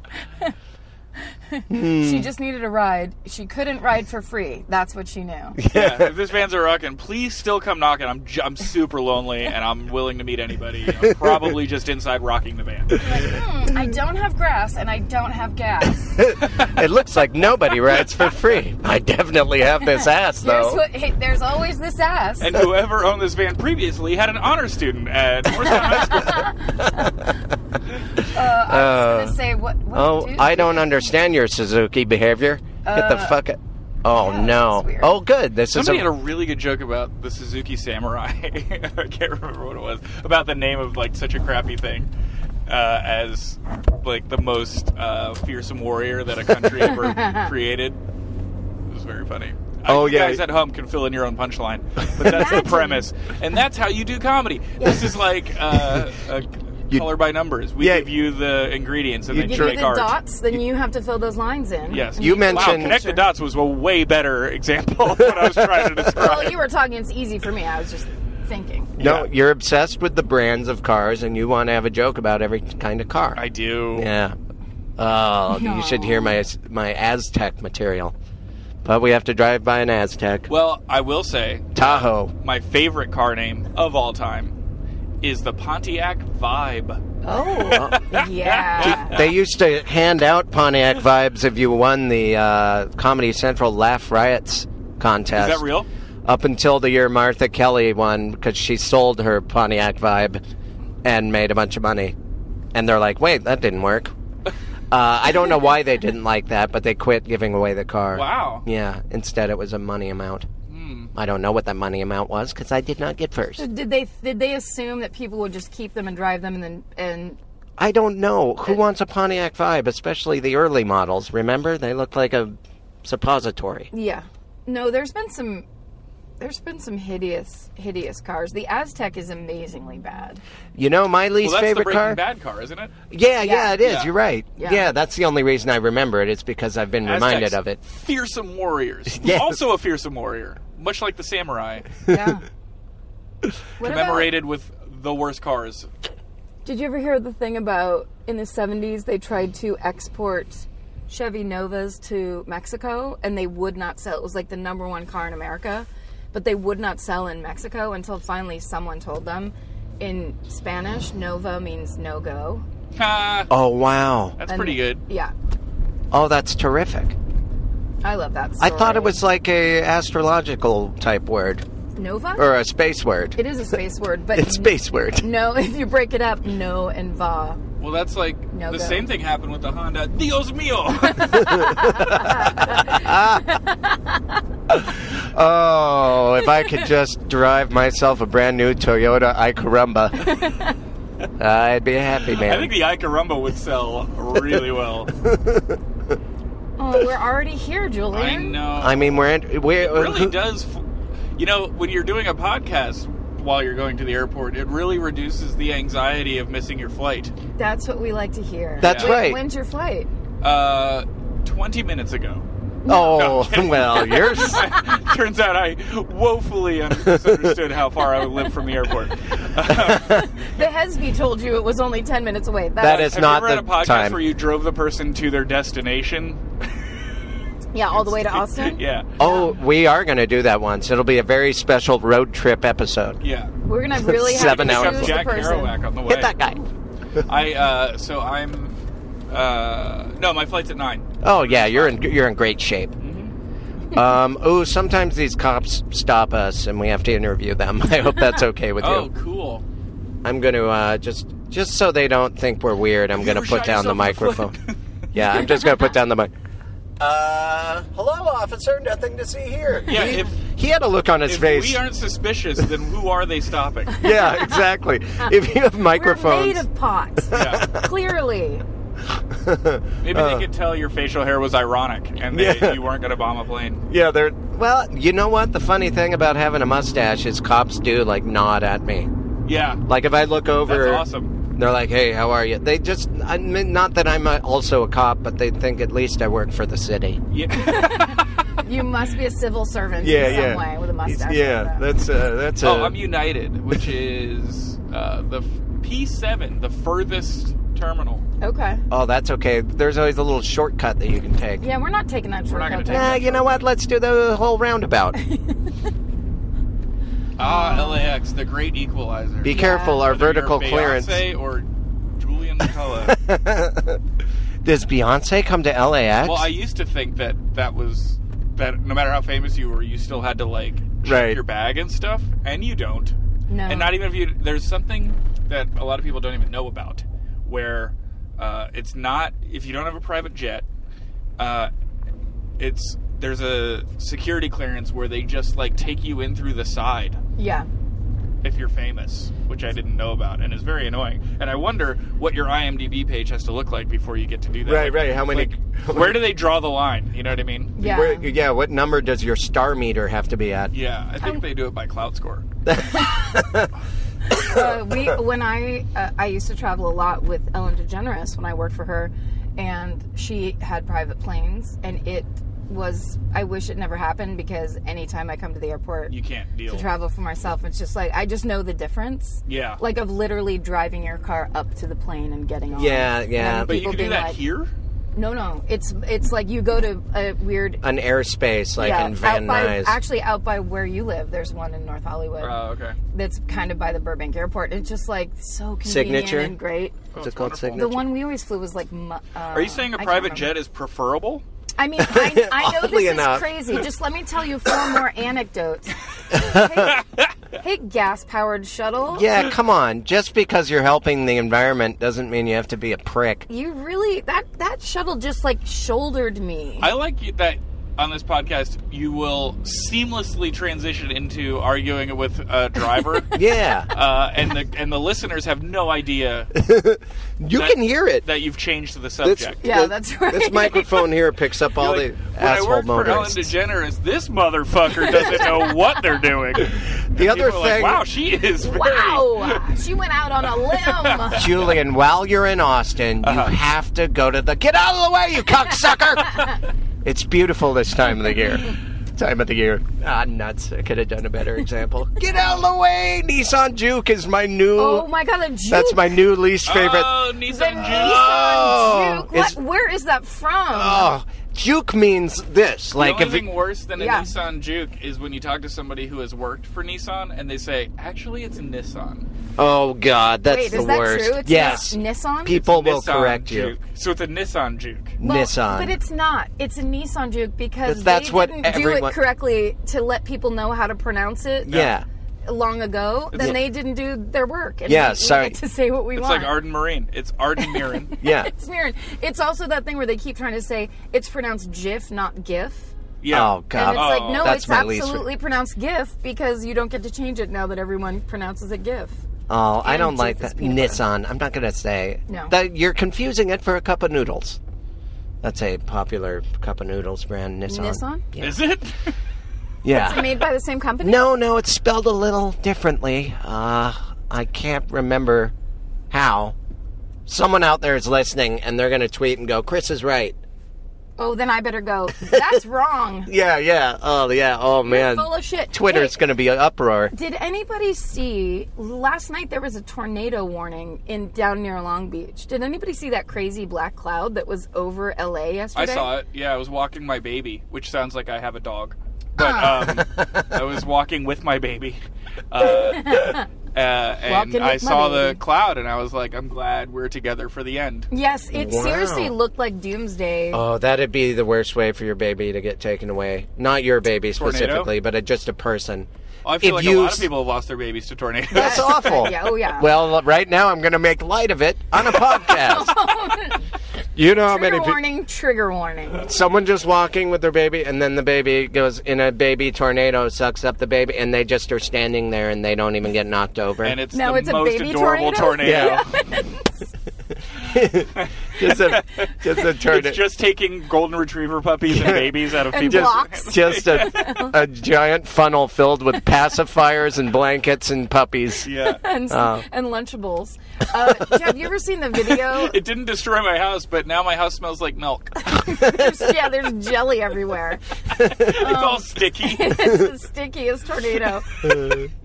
Speaker 3: She just needed a ride. She couldn't ride for free. That's what she knew.
Speaker 4: yeah. If this van's a rockin', please still come knocking. I'm j- I'm super lonely and I'm willing to meet anybody. I'm probably just inside rocking the van.
Speaker 3: Hmm, I don't have grass and I don't have gas.
Speaker 2: It looks like nobody rides for free. I definitely have this ass
Speaker 3: There's,
Speaker 2: though.
Speaker 3: what, hey, there's always this ass.
Speaker 4: And whoever owned this van previously had an honor student at Morristown High School.
Speaker 3: I was gonna say what? what
Speaker 2: Oh,
Speaker 3: do- Uh,
Speaker 2: I don't understand your Suzuki behavior. Get the fuck. Out. Oh
Speaker 3: yeah,
Speaker 2: no.
Speaker 3: that's weird.
Speaker 2: Oh good. This
Speaker 4: Somebody
Speaker 2: is
Speaker 4: had a really good joke about the Suzuki Samurai. I can't remember what it was about the name of like such a crappy thing uh, as like the most uh, fearsome warrior that a country ever created. It was very funny.
Speaker 6: Oh,
Speaker 4: you
Speaker 6: yeah.
Speaker 4: guys at home can fill in your own punchline, but that's the premise, and that's how you do comedy. This is like uh, a
Speaker 6: You-
Speaker 4: color by numbers. We
Speaker 6: Yeah.
Speaker 4: give you the ingredients, and
Speaker 6: You
Speaker 4: then
Speaker 3: You
Speaker 4: you
Speaker 6: give
Speaker 3: do
Speaker 4: make
Speaker 3: the
Speaker 4: art.
Speaker 3: dots, then you have to fill those lines in.
Speaker 4: Yes,
Speaker 2: You
Speaker 4: Wow,
Speaker 2: mentioned
Speaker 4: connect the dots was a way better example of what I was trying to describe.
Speaker 3: Well, you were talking. It's easy for me. I was just thinking.
Speaker 2: No,
Speaker 4: Yeah.
Speaker 2: you're obsessed with the brands of cars, and you want to have a joke about every kind of car.
Speaker 4: I do.
Speaker 2: Yeah. Oh, you should hear my my Aztec material. But we have to drive by an Aztec.
Speaker 4: Well, I will say
Speaker 2: Tahoe.
Speaker 4: my favorite car name of all time is the Pontiac Vibe.
Speaker 3: Oh, yeah.
Speaker 2: They used to hand out Pontiac vibes if you won the uh, Comedy Central Laugh Riots
Speaker 4: Is
Speaker 2: contest.
Speaker 4: that real?
Speaker 2: Up until the year Martha Kelly won, because she sold her Pontiac vibe and made a bunch of money. And they're like, wait, that didn't work. Uh, I don't know why they didn't like that, but they quit giving away the car.
Speaker 4: Wow. Hmm.
Speaker 2: Yeah, instead it was a money amount. I don't know what that money amount was because I did not get first.
Speaker 3: Did they did they assume that people would just keep them and drive them and then and
Speaker 2: I don't know. Who wants a Pontiac vibe, especially the early models? Remember? They look like a suppository.
Speaker 3: yeah? No, there's been some there's been some hideous hideous cars. The Aztec is amazingly bad.
Speaker 2: You know, my least
Speaker 4: Well, that's the
Speaker 2: favorite
Speaker 4: Breaking
Speaker 2: car?
Speaker 4: Bad car, isn't it?
Speaker 2: Yeah, yeah,
Speaker 3: Yeah.
Speaker 2: it is.
Speaker 4: Yeah.
Speaker 2: You're right.
Speaker 3: Yeah.
Speaker 2: Yeah. that's the only reason I remember it. It's because I've been reminded
Speaker 4: Aztecs,
Speaker 2: of it.
Speaker 4: Fearsome warriors.
Speaker 2: Yes.
Speaker 4: Also a fearsome warrior, much like the samurai,
Speaker 3: Yeah. What about-
Speaker 4: commemorated with the worst cars.
Speaker 3: Did you ever hear the thing about in the 70s they tried to export Chevy Novas to Mexico and they would not sell? It was like the number one car in America, but they would not sell in Mexico until finally someone told them in Spanish, Nova means no go.
Speaker 4: Ha,
Speaker 2: Oh, wow.
Speaker 4: that's pretty good.
Speaker 3: Yeah,
Speaker 2: Oh, that's terrific.
Speaker 3: I love that.
Speaker 2: I
Speaker 3: Story.
Speaker 2: thought it was like a astrological type word
Speaker 3: Nova.
Speaker 2: or a space word.
Speaker 3: it is a space word, but
Speaker 2: It's space word.
Speaker 3: No, if you break it up, no and va.
Speaker 4: Well, that's like
Speaker 3: No
Speaker 4: the
Speaker 3: go.
Speaker 4: same thing happened with the Honda. Dios mío!
Speaker 2: Oh, if I could just drive myself a brand new Toyota Icarumba, I'd be a happy man.
Speaker 4: I think the Icarumba would sell really well.
Speaker 3: Oh, we're already here, Julian.
Speaker 4: I know.
Speaker 2: I mean, we're in, uh, we're
Speaker 4: It really does. f- You know, when you're doing a podcast while you're going to the airport, it really reduces the anxiety of missing your flight.
Speaker 3: That's what we like to hear.
Speaker 2: That's
Speaker 3: Wait,
Speaker 2: right.
Speaker 3: When's your flight?
Speaker 4: Uh, 20 minutes ago.
Speaker 2: Oh, well, you're s-
Speaker 4: Turns out I woefully misunderstood how far I would live from the airport.
Speaker 3: The Hesby told you it was only 10 minutes away. That's,
Speaker 2: That is
Speaker 4: Have
Speaker 2: not
Speaker 4: you ever had
Speaker 2: the
Speaker 4: a podcast
Speaker 2: time.
Speaker 4: where you drove the person to their destination?
Speaker 3: Yeah, all the way to Austin?
Speaker 4: yeah.
Speaker 2: Oh, we are going to do that once. It'll be a very special road trip episode.
Speaker 4: Yeah.
Speaker 3: We're going to really have
Speaker 2: Seven
Speaker 3: to
Speaker 2: hours.
Speaker 3: choose
Speaker 4: Except
Speaker 3: the
Speaker 4: Jack
Speaker 3: person.
Speaker 4: Kerouac on the way.
Speaker 5: Hit that guy.
Speaker 4: I, uh, so I'm, uh, no, my flight's at 9.
Speaker 2: Oh yeah, you're in you're in great shape.
Speaker 4: Mm-hmm.
Speaker 2: Um, oh, sometimes these cops stop us and we have to interview them. I hope that's okay with
Speaker 4: Oh,
Speaker 2: you.
Speaker 4: cool.
Speaker 2: I'm going to uh, just just so they don't think we're weird. I'm going to
Speaker 4: ever
Speaker 2: put
Speaker 4: shot
Speaker 2: down the
Speaker 4: yourself in the foot?
Speaker 2: microphone. yeah, I'm just going to put down the mic. Uh, hello, officer. Nothing to see here.
Speaker 4: Yeah,
Speaker 2: he,
Speaker 4: if-
Speaker 2: he had a look on his
Speaker 4: If
Speaker 2: face.
Speaker 4: we aren't suspicious, then who are they stopping?
Speaker 2: yeah, exactly. If you have
Speaker 3: We're made
Speaker 2: microphones,
Speaker 3: of pot. Clearly.
Speaker 4: Maybe they could tell your facial hair was ironic and they,
Speaker 2: Uh. Yeah.
Speaker 4: you weren't going to bomb a plane.
Speaker 2: yeah, they're well. You know what? The funny thing about having a mustache is cops do like nod at me.
Speaker 4: Yeah.
Speaker 2: Like if I look over,
Speaker 4: That's awesome.
Speaker 2: They're like, "Hey, how are you?" They just, I mean, not that I'm uh, also a cop, but they think at least I work for the city.
Speaker 4: Yeah.
Speaker 3: You must be a civil servant in some way with a mustache. like that.
Speaker 2: that's uh, that's a.
Speaker 4: oh, I'm United, which is uh, the f- P7, the furthest terminal.
Speaker 3: Okay.
Speaker 2: Oh, that's okay. There's always a little shortcut that you can take.
Speaker 3: Yeah, we're not taking that
Speaker 4: not gonna
Speaker 3: shortcut.
Speaker 4: take
Speaker 2: Nah, you know what? Let's do the whole roundabout.
Speaker 4: Ah, LAX, the great equalizer.
Speaker 2: Be careful, our
Speaker 4: Whether you're
Speaker 2: vertical
Speaker 4: Beyonce
Speaker 2: clearance.
Speaker 4: or Julian McCullough.
Speaker 2: Does Beyonce come to LAX?
Speaker 4: well, I used to think that that was that no matter how famous you were, you still had to like check
Speaker 2: Right.
Speaker 4: your bag and stuff, and you don't.
Speaker 3: No.
Speaker 4: And not even if you there's something that a lot of people don't even know about, where uh, it's not if you don't have a private jet, uh, it's there's a security clearance where they just like take you in through the side.
Speaker 3: Yeah.
Speaker 4: if you're famous, which I didn't know about, and is very annoying. And I wonder what your IMDb page has to look like before you get to do that.
Speaker 2: Right, right. How many-
Speaker 4: like,
Speaker 2: how many-
Speaker 4: where do they draw the line? You know what I mean?
Speaker 3: Yeah.
Speaker 2: Where, yeah. What number does your star meter have to be at?
Speaker 4: Yeah, I
Speaker 3: Um,
Speaker 4: think they do it by cloud score.
Speaker 3: uh, we when I uh, I used to travel a lot with Ellen DeGeneres when I worked for her, and she had private planes, and it was I wish it never happened because anytime I come to the airport
Speaker 4: You can't deal.
Speaker 3: to travel for myself, it's just like I just know the difference.
Speaker 4: Yeah.
Speaker 3: like of literally driving your car up to the plane and getting on.
Speaker 2: Yeah,
Speaker 3: And
Speaker 2: yeah.
Speaker 3: then
Speaker 2: But
Speaker 4: but you
Speaker 3: people
Speaker 4: can do
Speaker 3: being
Speaker 4: that
Speaker 3: like,
Speaker 4: here.
Speaker 3: No, no, it's it's like you go to a weird
Speaker 2: An airspace like
Speaker 3: yeah,
Speaker 2: in Van
Speaker 3: out by,
Speaker 2: Nuys.
Speaker 3: actually out by where you live. There's one in North Hollywood
Speaker 4: Oh, okay.
Speaker 3: that's kind of by the Burbank Airport. It's just like so convenient
Speaker 2: Signature?
Speaker 3: and great.
Speaker 4: Oh,
Speaker 2: What's it called?
Speaker 3: The
Speaker 2: Signature?
Speaker 3: one we always flew was like. mu- Uh,
Speaker 4: Are you saying a private jet is preferable?
Speaker 3: I mean, I, I know
Speaker 2: Oddly
Speaker 3: this
Speaker 2: enough.
Speaker 3: is crazy. Just let me tell you four more anecdotes. hey, gas powered shuttle.
Speaker 2: Yeah, come on. Just because you're helping the environment doesn't mean you have to be a prick.
Speaker 3: You really that that shuttle just like shouldered me.
Speaker 4: I like you- that on this podcast you will seamlessly transition into arguing with a driver.
Speaker 2: Yeah,
Speaker 4: Uh, and the and the listeners have no idea
Speaker 2: you can hear it.
Speaker 4: that you've changed the
Speaker 2: This-
Speaker 4: subject.
Speaker 3: Yeah,
Speaker 2: th-
Speaker 3: that's right.
Speaker 2: This microphone here picks up all the
Speaker 4: Like, when I
Speaker 2: asshole
Speaker 4: worked for Ellen
Speaker 2: motorists.
Speaker 4: DeGeneres, this motherfucker doesn't know what they're doing.
Speaker 2: the other
Speaker 4: People are like,
Speaker 2: thing,
Speaker 4: wow, she is very
Speaker 3: wow, she went out on a limb.
Speaker 2: Julian, while you're in Austin,
Speaker 4: Uh-huh.
Speaker 2: you have to go to the get out of the way, you cocksucker. it's beautiful this time of the year. Time of the year. Ah, nuts. I could have done a better example. Get out of the way! Nissan Juke is my new.
Speaker 3: Oh my god, a juke.
Speaker 2: That's my new least favorite.
Speaker 4: Oh, Nissan Juke.
Speaker 2: Oh,
Speaker 3: Nissan Juke. What?
Speaker 2: it's-
Speaker 3: Where is that from?
Speaker 2: Oh, Juke means this.
Speaker 4: The
Speaker 2: Like
Speaker 4: only
Speaker 2: if
Speaker 4: thing
Speaker 2: it,
Speaker 4: worse than a
Speaker 3: Yeah.
Speaker 4: Nissan Juke is when you talk to somebody who has worked for Nissan and they say, actually, it's a Nissan.
Speaker 2: oh god, that's
Speaker 3: Wait,
Speaker 2: the
Speaker 3: is that
Speaker 2: worst.
Speaker 3: true? It's
Speaker 2: yes,
Speaker 3: not Nissan?
Speaker 2: people will
Speaker 4: Nissan
Speaker 2: correct you.
Speaker 4: Juke. So it's a Nissan Juke.
Speaker 3: Well,
Speaker 2: Nissan.
Speaker 3: But it's not. It's a Nissan Juke because
Speaker 2: But that's
Speaker 3: they
Speaker 2: what
Speaker 3: didn't do
Speaker 2: everyone-
Speaker 3: it correctly to let people know how to pronounce it
Speaker 2: yeah.
Speaker 3: long ago. Then they didn't do their work. And
Speaker 2: Yeah,
Speaker 3: we, we
Speaker 2: sorry.
Speaker 3: get to say what we
Speaker 4: It's
Speaker 3: want.
Speaker 4: like Arden Marine. It's Arden Mirren.
Speaker 2: yeah,
Speaker 3: It's weird. It's also that thing where they keep trying to say it's pronounced GIF, not GIF.
Speaker 4: Yeah.
Speaker 2: Oh
Speaker 3: And
Speaker 2: god,
Speaker 3: it's like, no,
Speaker 2: that's
Speaker 3: it's
Speaker 2: my least-
Speaker 3: absolutely pronounced GIF because you don't get to change it now that everyone pronounces it GIF.
Speaker 2: Oh, I
Speaker 3: And
Speaker 2: don't
Speaker 3: Jeep
Speaker 2: like
Speaker 3: is
Speaker 2: that.
Speaker 3: peanut butter.
Speaker 2: Nissan. I'm not going to say.
Speaker 3: No.
Speaker 2: That you're confusing it for a cup of noodles. That's a popular cup of noodles brand, Nissan.
Speaker 3: Nissan?
Speaker 2: Yeah.
Speaker 4: Is it?
Speaker 2: Yeah.
Speaker 3: Made by the same company?
Speaker 2: No, no, it's spelled a little differently. Uh, I can't remember how. Someone out there is listening and they're going to tweet and go, Chris is right.
Speaker 3: Oh, then I better go. That's wrong.
Speaker 2: Yeah, yeah. Oh, yeah. Oh, man.
Speaker 3: Full of shit. Hey,
Speaker 2: Twitter's going to be an uproar.
Speaker 3: Did anybody see last night? There was a tornado warning in down near Long Beach. Did anybody see that crazy black cloud that was over LA
Speaker 4: I
Speaker 3: yesterday?
Speaker 4: saw it. Yeah, I was walking my baby, which sounds like I have a dog.
Speaker 3: Ah.
Speaker 4: But um, I was walking with my baby. Uh, uh, and
Speaker 3: Walking
Speaker 4: I
Speaker 3: with my
Speaker 4: saw the
Speaker 3: baby.
Speaker 4: cloud and I was like, I'm glad we're together for the end.
Speaker 3: Yes, it
Speaker 2: Wow.
Speaker 3: seriously looked like doomsday.
Speaker 2: Oh, that'd be the worst way for your baby to get taken away. Not your baby
Speaker 4: Tornado?
Speaker 2: specifically, but a, just a person.
Speaker 4: I feel
Speaker 2: If
Speaker 4: like
Speaker 2: you
Speaker 4: a lot
Speaker 2: s-
Speaker 4: of people have lost their babies to tornadoes.
Speaker 2: That's awful.
Speaker 3: Yeah, oh, yeah.
Speaker 2: Well, right now I'm going to make light of it on a podcast. you know how many
Speaker 3: trigger
Speaker 2: people.
Speaker 3: warning! trigger warning!
Speaker 2: Someone just walking with their baby, and then the baby goes in a baby tornado, sucks up the baby, and they just are standing there and they don't even get knocked over.
Speaker 4: and it's
Speaker 3: Now
Speaker 4: the
Speaker 3: it's a
Speaker 4: most
Speaker 3: baby
Speaker 4: adorable tornado.
Speaker 3: tornado?
Speaker 2: just a just a tornado.
Speaker 4: It's just taking golden retriever puppies and babies out of
Speaker 3: And
Speaker 4: people's
Speaker 3: blocks.
Speaker 2: just a, a giant funnel filled with pacifiers and blankets and puppies.
Speaker 4: Yeah.
Speaker 3: and,
Speaker 2: Oh.
Speaker 3: and Lunchables. Uh, have you ever seen the video?
Speaker 4: It didn't destroy my house, but now my house smells like milk.
Speaker 3: Oh.
Speaker 4: It's
Speaker 3: There's, yeah, there's jelly everywhere.
Speaker 4: all sticky.
Speaker 3: it's the stickiest tornado.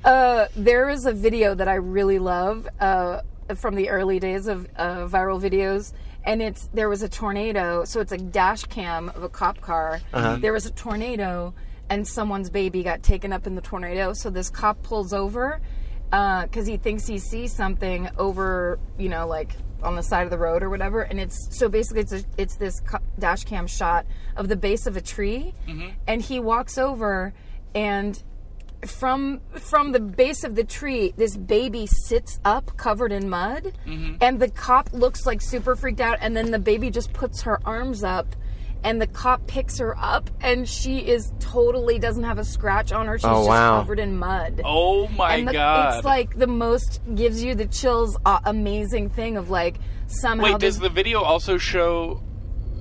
Speaker 3: uh, there is a video that I really love uh, from the early days of uh, viral videos. And it's there was a tornado, so it's a dash cam of a cop car. There was a tornado, and someone's baby got taken up in the tornado. So this cop pulls over because he thinks he sees something over, you know, like on the side of the road or whatever. And it's so basically it's a, it's this co- dash cam shot of the base of a tree, and he walks over, and from from the base of the tree, this baby sits up covered in
Speaker 4: Mm-hmm.
Speaker 3: mud, and the cop looks like super freaked out, and then the baby just puts her arms up. and the cop picks her up and she is totally doesn't have a scratch on her. She's
Speaker 2: Oh,
Speaker 3: just
Speaker 2: wow.
Speaker 3: covered in mud.
Speaker 4: Oh my
Speaker 3: and the,
Speaker 4: god!
Speaker 3: It's like the most gives you the chills uh, amazing thing of like somehow
Speaker 4: Wait, does
Speaker 3: this-
Speaker 4: the video also show?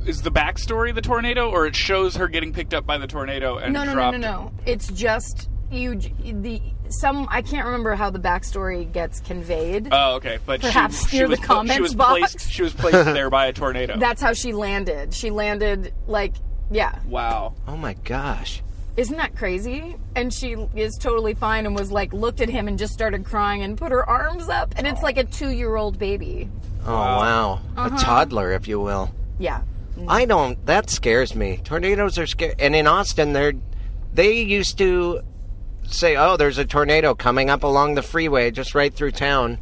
Speaker 4: Is the backstory the tornado, or it shows her getting picked up by the tornado and
Speaker 3: no, no, no,
Speaker 4: dropped?
Speaker 3: no, no. It's just you. j- The some I can't remember how the backstory gets conveyed.
Speaker 4: Oh, okay. But she-
Speaker 3: Perhaps
Speaker 4: she,
Speaker 3: near the
Speaker 4: was, pla-
Speaker 3: comments
Speaker 4: she was
Speaker 3: box.
Speaker 4: placed. She was placed there by a tornado.
Speaker 3: That's how she landed. She landed like yeah.
Speaker 4: wow.
Speaker 2: Oh my gosh.
Speaker 3: Isn't that crazy? And she is totally fine and was like looked at him and just started crying and put her arms up and it's like a 2-year-old baby.
Speaker 2: Oh wow.
Speaker 3: Uh-huh.
Speaker 2: A toddler, if you will.
Speaker 3: Yeah.
Speaker 2: I don't. That scares me. Tornadoes are scary. And in Austin, they're they used to say, "Oh, there's a tornado coming up along the freeway, just right through town,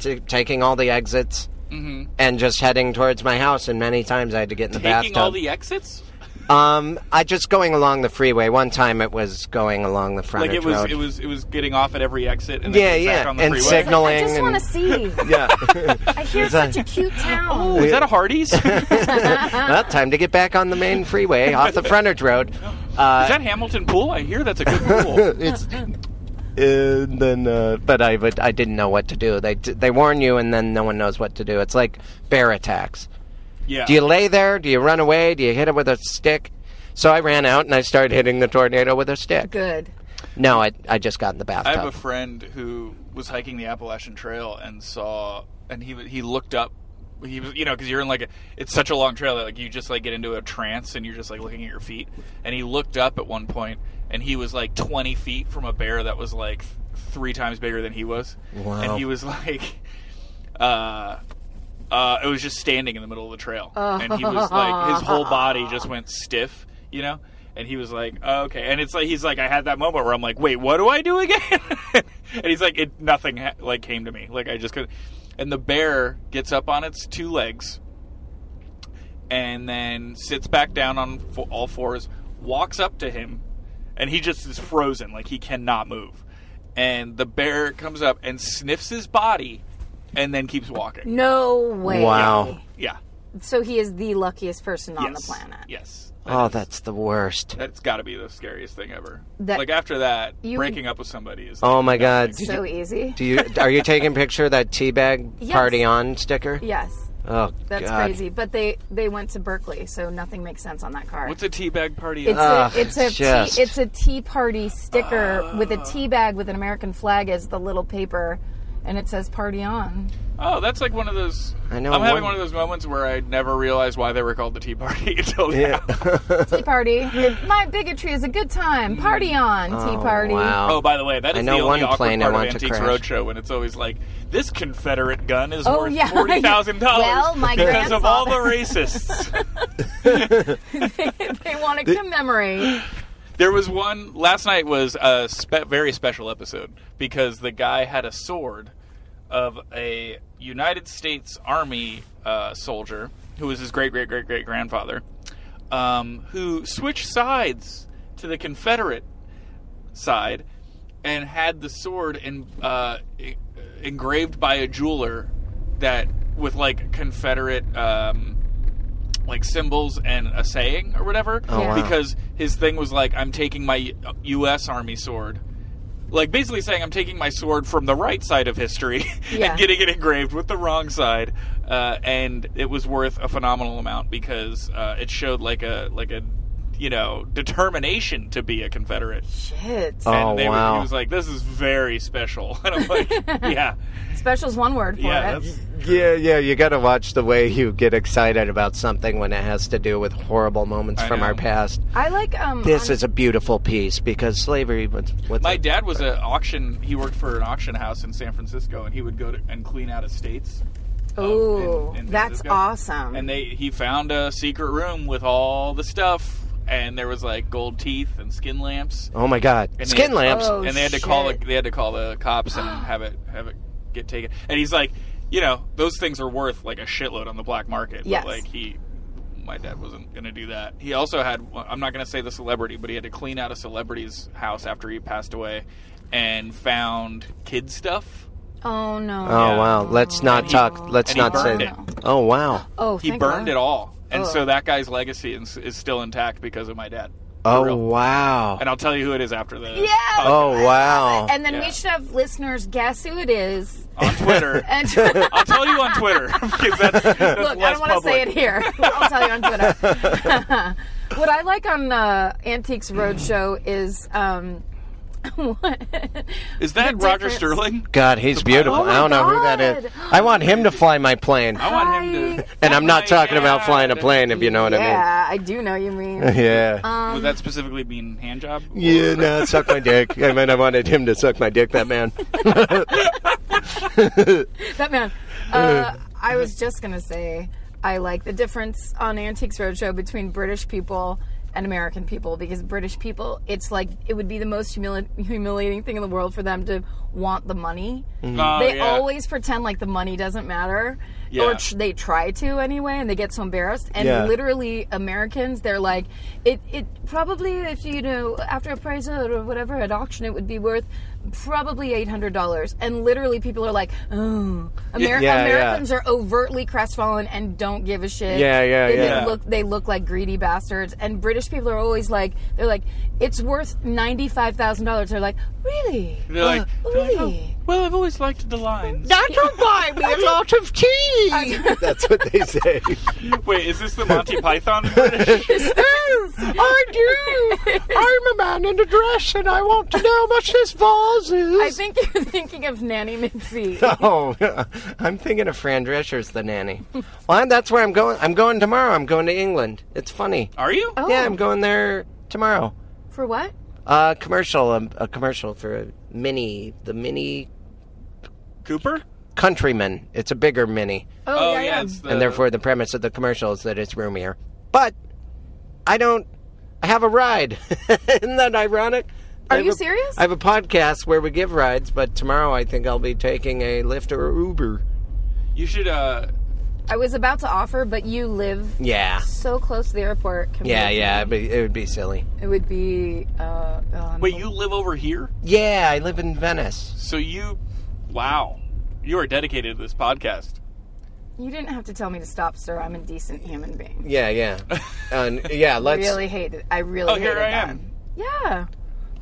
Speaker 2: to, taking all the exits."
Speaker 4: Mm-hmm.
Speaker 2: And just heading towards my house, and many times I had to get in the
Speaker 4: Taking
Speaker 2: bathtub.
Speaker 4: all the exits.
Speaker 2: um, I just going along the freeway. One time it was going along the front
Speaker 4: Like it was,
Speaker 2: road.
Speaker 4: it was, it was getting off at every exit and
Speaker 2: Yeah,
Speaker 4: then
Speaker 2: yeah,
Speaker 4: back on the
Speaker 2: and
Speaker 4: freeway.
Speaker 2: signal-
Speaker 3: I
Speaker 2: Annoying
Speaker 3: just
Speaker 2: and-
Speaker 3: want to see.
Speaker 2: yeah,
Speaker 3: I hear it's such a cute town.
Speaker 4: Oh, is
Speaker 2: Uh,
Speaker 4: that a Hardee's? is that
Speaker 2: well, time to get back on the main freeway off the frontage road. Uh,
Speaker 4: Hamilton Pool? I hear that's a good pool.
Speaker 2: it's and then uh, but I but I didn't know what to do. They they warn you and then no one knows what to do. It's like bear attacks.
Speaker 4: Yeah.
Speaker 2: Do you lay there? Do you run away? Do you hit it with a stick? So I ran out and I started hitting the tornado with a stick.
Speaker 3: Good.
Speaker 2: No, I I just got in the
Speaker 4: I
Speaker 2: bathtub.
Speaker 4: have a friend who was hiking the Appalachian Trail and saw, and he he looked up. He was, you know, because you're in like a, it's such a long trail that like you just like get into a trance and you're just like looking at your feet. And he looked up at one point, and he was like 20 feet from a bear that was like th- three times bigger than he was.
Speaker 2: Wow.
Speaker 4: And he was like, uh, uh, it was just standing in the middle of the trail, and he was like, his whole body just went stiff, you know. And he was like, oh, okay. And it's like he's like, I had that moment where I'm like, wait, what do I do again? and he's like, it nothing ha- like came to me, like I just could. And the bear gets up on its two legs, and then sits back down on fo- all fours, walks up to him, and he just is frozen, like he cannot move. And the bear comes up and sniffs his body, and then keeps walking.
Speaker 3: No way.
Speaker 2: wow.
Speaker 4: Yeah.
Speaker 3: So he is the luckiest person on
Speaker 4: yes.
Speaker 3: the planet.
Speaker 4: Yes.
Speaker 2: Oh, that's the worst.
Speaker 4: That's got to be the scariest thing ever.
Speaker 3: That-
Speaker 4: like after that,
Speaker 3: You-
Speaker 4: breaking up with somebody is.
Speaker 2: Oh my god. Did
Speaker 3: So
Speaker 2: you,
Speaker 3: easy.
Speaker 2: do you are you taking picture of that teabag
Speaker 3: Yes.
Speaker 2: party on sticker?
Speaker 3: yes.
Speaker 2: Oh
Speaker 3: That's
Speaker 2: god.
Speaker 3: crazy. But they they went to Berkeley, so nothing makes sense on that card.
Speaker 4: What's a teabag party?
Speaker 3: It's
Speaker 2: Ugh,
Speaker 3: a it's a
Speaker 2: it's Ah, just-
Speaker 3: tea, it's a tea party sticker with a tea bag with an American flag as the little paper, and it says "Party on."
Speaker 4: oh, that's like one of those.
Speaker 2: I know
Speaker 4: I'm having
Speaker 2: one-
Speaker 4: one of those moments where I never realized why they were called the tea party until now.
Speaker 2: Uh,
Speaker 3: Tea party. It- my bigotry is a good time. Party on. tea party.
Speaker 2: Wow.
Speaker 4: Oh, by the way, that is
Speaker 2: I know
Speaker 4: the only
Speaker 2: one
Speaker 4: awkward
Speaker 2: plane I
Speaker 4: part of
Speaker 2: want to
Speaker 4: Antiques
Speaker 2: crash.
Speaker 4: Roadshow when it's always like, "This Confederate gun is
Speaker 3: Oh,
Speaker 4: worth
Speaker 3: yeah.
Speaker 4: forty thousand dollars
Speaker 3: Well, my
Speaker 4: because of all the
Speaker 3: grandfather-
Speaker 4: racists."
Speaker 3: they want to commemorate.
Speaker 4: There was one last night was a spe- very special episode because the guy had a sword of a United States Army uh, soldier who was his great great great great grandfather, um, who switched sides to the Confederate side and had the sword in, uh, e- engraved by a jeweler that with like Confederate um, like symbols and a saying or whatever
Speaker 3: Oh, wow.
Speaker 4: because his thing was like I'm taking my U- U.S. Army sword. Like basically saying, I'm taking my sword from the right side of history
Speaker 3: Yeah.
Speaker 4: and getting it engraved with the wrong side, uh, and it was worth a phenomenal amount because uh, it showed like a like a you know determination to be a Confederate
Speaker 3: Shit.
Speaker 2: Oh,
Speaker 4: and they were,
Speaker 2: wow.
Speaker 4: he was like, "This is very special," and I'm like, "Yeah,
Speaker 3: Special's one word for
Speaker 4: yeah,
Speaker 3: it.
Speaker 4: that's,
Speaker 2: Yeah, yeah, you got to watch the way you get excited about something when it has to do with horrible moments
Speaker 4: I
Speaker 2: from
Speaker 4: know.
Speaker 2: our past.
Speaker 3: I like um.
Speaker 2: This
Speaker 3: on-
Speaker 2: is a beautiful piece because slavery was. was
Speaker 4: My dad was an auction. He worked for an auction house in San Francisco, and he would go to, and clean out estates. um, in-
Speaker 3: Ooh,
Speaker 4: in
Speaker 3: that's
Speaker 4: Francisco.
Speaker 3: awesome.
Speaker 4: And they he found a secret room with all the stuff, and there was like gold teeth and skin lamps.
Speaker 2: oh my God,
Speaker 4: And
Speaker 2: skin
Speaker 4: they-
Speaker 2: lamps.
Speaker 3: Oh,
Speaker 4: and they had to call the,
Speaker 3: shit.
Speaker 4: they had to call the cops and have it have it get taken. And he's like, you know, those things are worth like a shitload on the black market.
Speaker 3: Yes.
Speaker 4: But like he, my dad wasn't gonna do that. He also had I'm not gonna say the celebrity, but he had to clean out a celebrity's house after he passed away, and found kid stuff.
Speaker 3: oh no.
Speaker 2: oh wow, let's not
Speaker 4: And he-
Speaker 2: talk. Let's
Speaker 4: and he
Speaker 2: not say.
Speaker 4: burned it.
Speaker 2: Oh wow,
Speaker 3: Oh,
Speaker 4: He
Speaker 3: thank
Speaker 4: burned
Speaker 3: God.
Speaker 4: it all. And so that guy's legacy is, is still intact because of my dad.
Speaker 2: Oh
Speaker 4: real.
Speaker 2: wow.
Speaker 4: And I'll tell you who it is after the
Speaker 3: Yeah.
Speaker 2: Oh wow.
Speaker 3: And then
Speaker 4: Yeah.
Speaker 3: we should have listeners guess who it is.
Speaker 4: on Twitter.
Speaker 3: And
Speaker 4: I'll tell you on Twitter because that's, that's
Speaker 3: look, I
Speaker 4: less
Speaker 3: don't want to
Speaker 4: public.
Speaker 3: say it here. I'll tell you on Twitter. what I like on uh, Antiques Roadshow is um,
Speaker 4: Is that
Speaker 3: The
Speaker 4: Roger
Speaker 3: difference-
Speaker 4: Sterling?
Speaker 2: God, he's beautiful.
Speaker 4: Oh my
Speaker 2: I don't know who that is.
Speaker 3: God.
Speaker 2: I want him to fly my plane.
Speaker 4: I want him to.
Speaker 2: And I'm not
Speaker 4: Oh my
Speaker 2: talking about flying a
Speaker 4: God.
Speaker 2: plane, if you know what
Speaker 3: yeah, I do know you mean.
Speaker 2: I mean. Yeah.
Speaker 4: Would that specifically mean hand job?
Speaker 2: yeah, no, suck my dick. I mean, I wanted him to suck my dick, that man.
Speaker 3: That man. Uh, I was just gonna say I like the difference on Antiques Roadshow between British people and American people because British people, it's like it would be the most humili- humiliating thing in the world for them to want the money.
Speaker 4: Oh,
Speaker 3: they
Speaker 4: yeah.
Speaker 3: always pretend like the money doesn't matter,
Speaker 4: Yeah.
Speaker 3: or tr- they try to anyway, and they get so embarrassed. And
Speaker 2: Yeah.
Speaker 3: literally, Americans, they're like, it it probably if you know after appraisal or whatever at auction, it would be worth probably eight hundred dollars. And literally, people are like, oh, Amer-
Speaker 2: yeah.
Speaker 3: Americans are overtly crestfallen and don't give a shit.
Speaker 2: Yeah, yeah,
Speaker 3: they, they
Speaker 2: yeah.
Speaker 3: look they look like greedy bastards. And British people are always like, they're like, it's worth ninety five thousand dollars. They're like, really?
Speaker 4: They're like,
Speaker 3: Uh,
Speaker 4: they're like, "Oh,
Speaker 3: really?
Speaker 4: well, I've always liked the lines.
Speaker 2: That'll buy me a lot of tea. That's what they say.
Speaker 4: Wait, is this the Monty Python
Speaker 3: Oh,
Speaker 4: British?
Speaker 2: I do. I'm a man in a dress, and I want to know how much this vase is.
Speaker 3: I think you're thinking of Nanny McPhee.
Speaker 2: Oh, I'm thinking of Fran Drescher's The Nanny. Well, that's where I'm going. I'm going tomorrow. I'm going to England. It's funny.
Speaker 4: Are you?
Speaker 3: Oh,
Speaker 2: Yeah, I'm going there tomorrow.
Speaker 3: for what?
Speaker 2: Uh, commercial, um, a commercial for a mini, the mini
Speaker 4: Cooper?
Speaker 2: Countryman. It's a bigger mini,
Speaker 3: Oh, yeah, yeah.
Speaker 4: it's the,
Speaker 2: and therefore the premise of the commercial is that it's roomier. But I don't. I have a ride. Isn't that ironic? I
Speaker 3: Are
Speaker 2: have
Speaker 3: you
Speaker 2: a-
Speaker 3: serious?
Speaker 2: I have a podcast where we give rides, but tomorrow I think I'll be taking a Lyft or Uber.
Speaker 4: you should. uh
Speaker 3: I was about to offer, but you live
Speaker 2: Yeah.
Speaker 3: so close to the airport. compared
Speaker 2: Yeah,
Speaker 3: to
Speaker 2: yeah,
Speaker 3: me.
Speaker 2: it'd be, it would be silly.
Speaker 3: It would be. Uh, oh,
Speaker 4: Wait, you live over here?
Speaker 2: Yeah, I live in Venice.
Speaker 4: So you. Wow. You are dedicated to this podcast.
Speaker 3: you didn't have to tell me to stop, sir. I'm a decent human being.
Speaker 2: Yeah, yeah, and yeah.
Speaker 3: I
Speaker 2: Let's.
Speaker 3: really hate it. I really
Speaker 4: Oh,
Speaker 3: hated
Speaker 4: here I
Speaker 3: that.
Speaker 4: am.
Speaker 3: Yeah,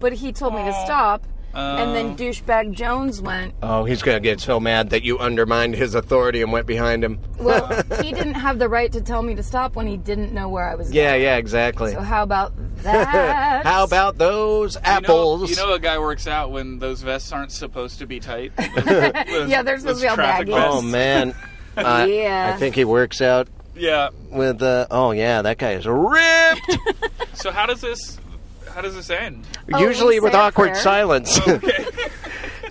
Speaker 3: but he told me to stop, and then douchebag Jones went.
Speaker 2: Oh, he's gonna get so mad that you undermined his authority and went behind him.
Speaker 3: Well, he didn't have the right to tell me to stop when he didn't know where I was.
Speaker 2: Yeah, yeah, exactly.
Speaker 3: Going. So how about that?
Speaker 2: How about those
Speaker 4: You know,
Speaker 2: apples?
Speaker 4: you know a guy works out when those vests aren't supposed to be tight.
Speaker 3: Yeah, they're supposed to be all baggy.
Speaker 2: oh man. I-
Speaker 3: Yeah.
Speaker 2: I think he works out
Speaker 4: Yeah.
Speaker 2: with. Uh, oh yeah, that guy is ripped.
Speaker 4: So how does this? How does this end?
Speaker 2: Usually
Speaker 3: we
Speaker 2: with
Speaker 3: say a
Speaker 2: awkward
Speaker 3: prayer.
Speaker 2: silence.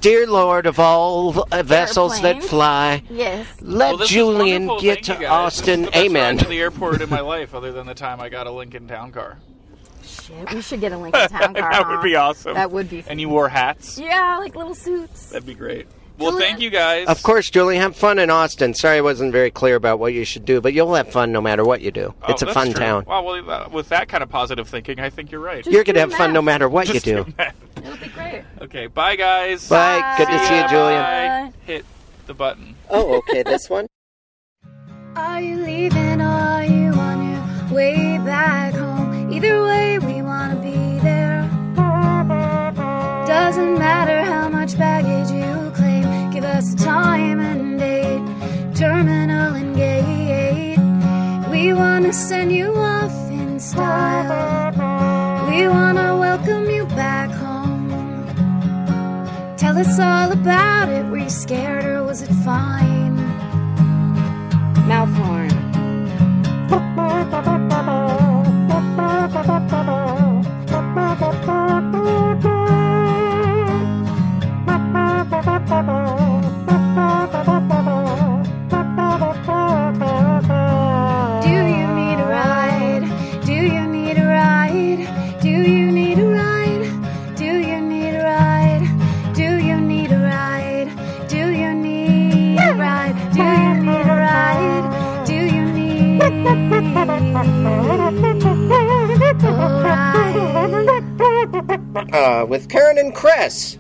Speaker 2: Dear Lord of all uh, vessels that
Speaker 3: Airplanes.
Speaker 2: fly,
Speaker 3: Yes.
Speaker 2: let
Speaker 4: Well, this is
Speaker 2: Julian
Speaker 4: wonderful.
Speaker 2: get
Speaker 4: Thank
Speaker 2: to
Speaker 4: you guys. This is
Speaker 2: Austin.
Speaker 4: the best
Speaker 2: Amen.
Speaker 4: ride to the airport in my life, other than the time I got a Lincoln Town Car.
Speaker 3: Shit, we should get a Lincoln Town car.
Speaker 4: That would
Speaker 3: huh?
Speaker 4: be awesome.
Speaker 3: That would be.
Speaker 4: And you wore hats.
Speaker 3: Yeah, like little suits.
Speaker 4: That'd be great. Well,
Speaker 3: Julian-
Speaker 4: thank you guys.
Speaker 2: Of course, Julie, have fun in Austin. Sorry I wasn't very clear about what you should do, but you'll have fun no matter what you do.
Speaker 4: Oh,
Speaker 2: it's a
Speaker 4: that's
Speaker 2: fun
Speaker 4: true.
Speaker 2: town.
Speaker 4: Wow, well, uh, with that kind of positive thinking, I think you're right.
Speaker 2: You're going to
Speaker 3: do
Speaker 2: have fun
Speaker 3: math.
Speaker 2: no matter what you do.
Speaker 3: It would be great.
Speaker 4: Okay, bye guys.
Speaker 2: Bye. Good to see you, Julian.
Speaker 4: Bye. Hit the button.
Speaker 2: Oh, okay, this one?
Speaker 1: Are you leaving or are you on your way back home? Either way, we want to be there. Doesn't matter how much baggage you claim, give us a time and date, terminal and gate. We want to send you off in style. We want to welcome you back home. Tell us all about it. Were you scared or was it fine?
Speaker 3: Mouth horn.
Speaker 1: Do you need a ride? Do you need a ride? Do you need a ride? Do you need a ride? Do you need a ride? Do you need a ride? Do you need a ride? Do you need a ride?
Speaker 2: Uh, with Karen and Chris.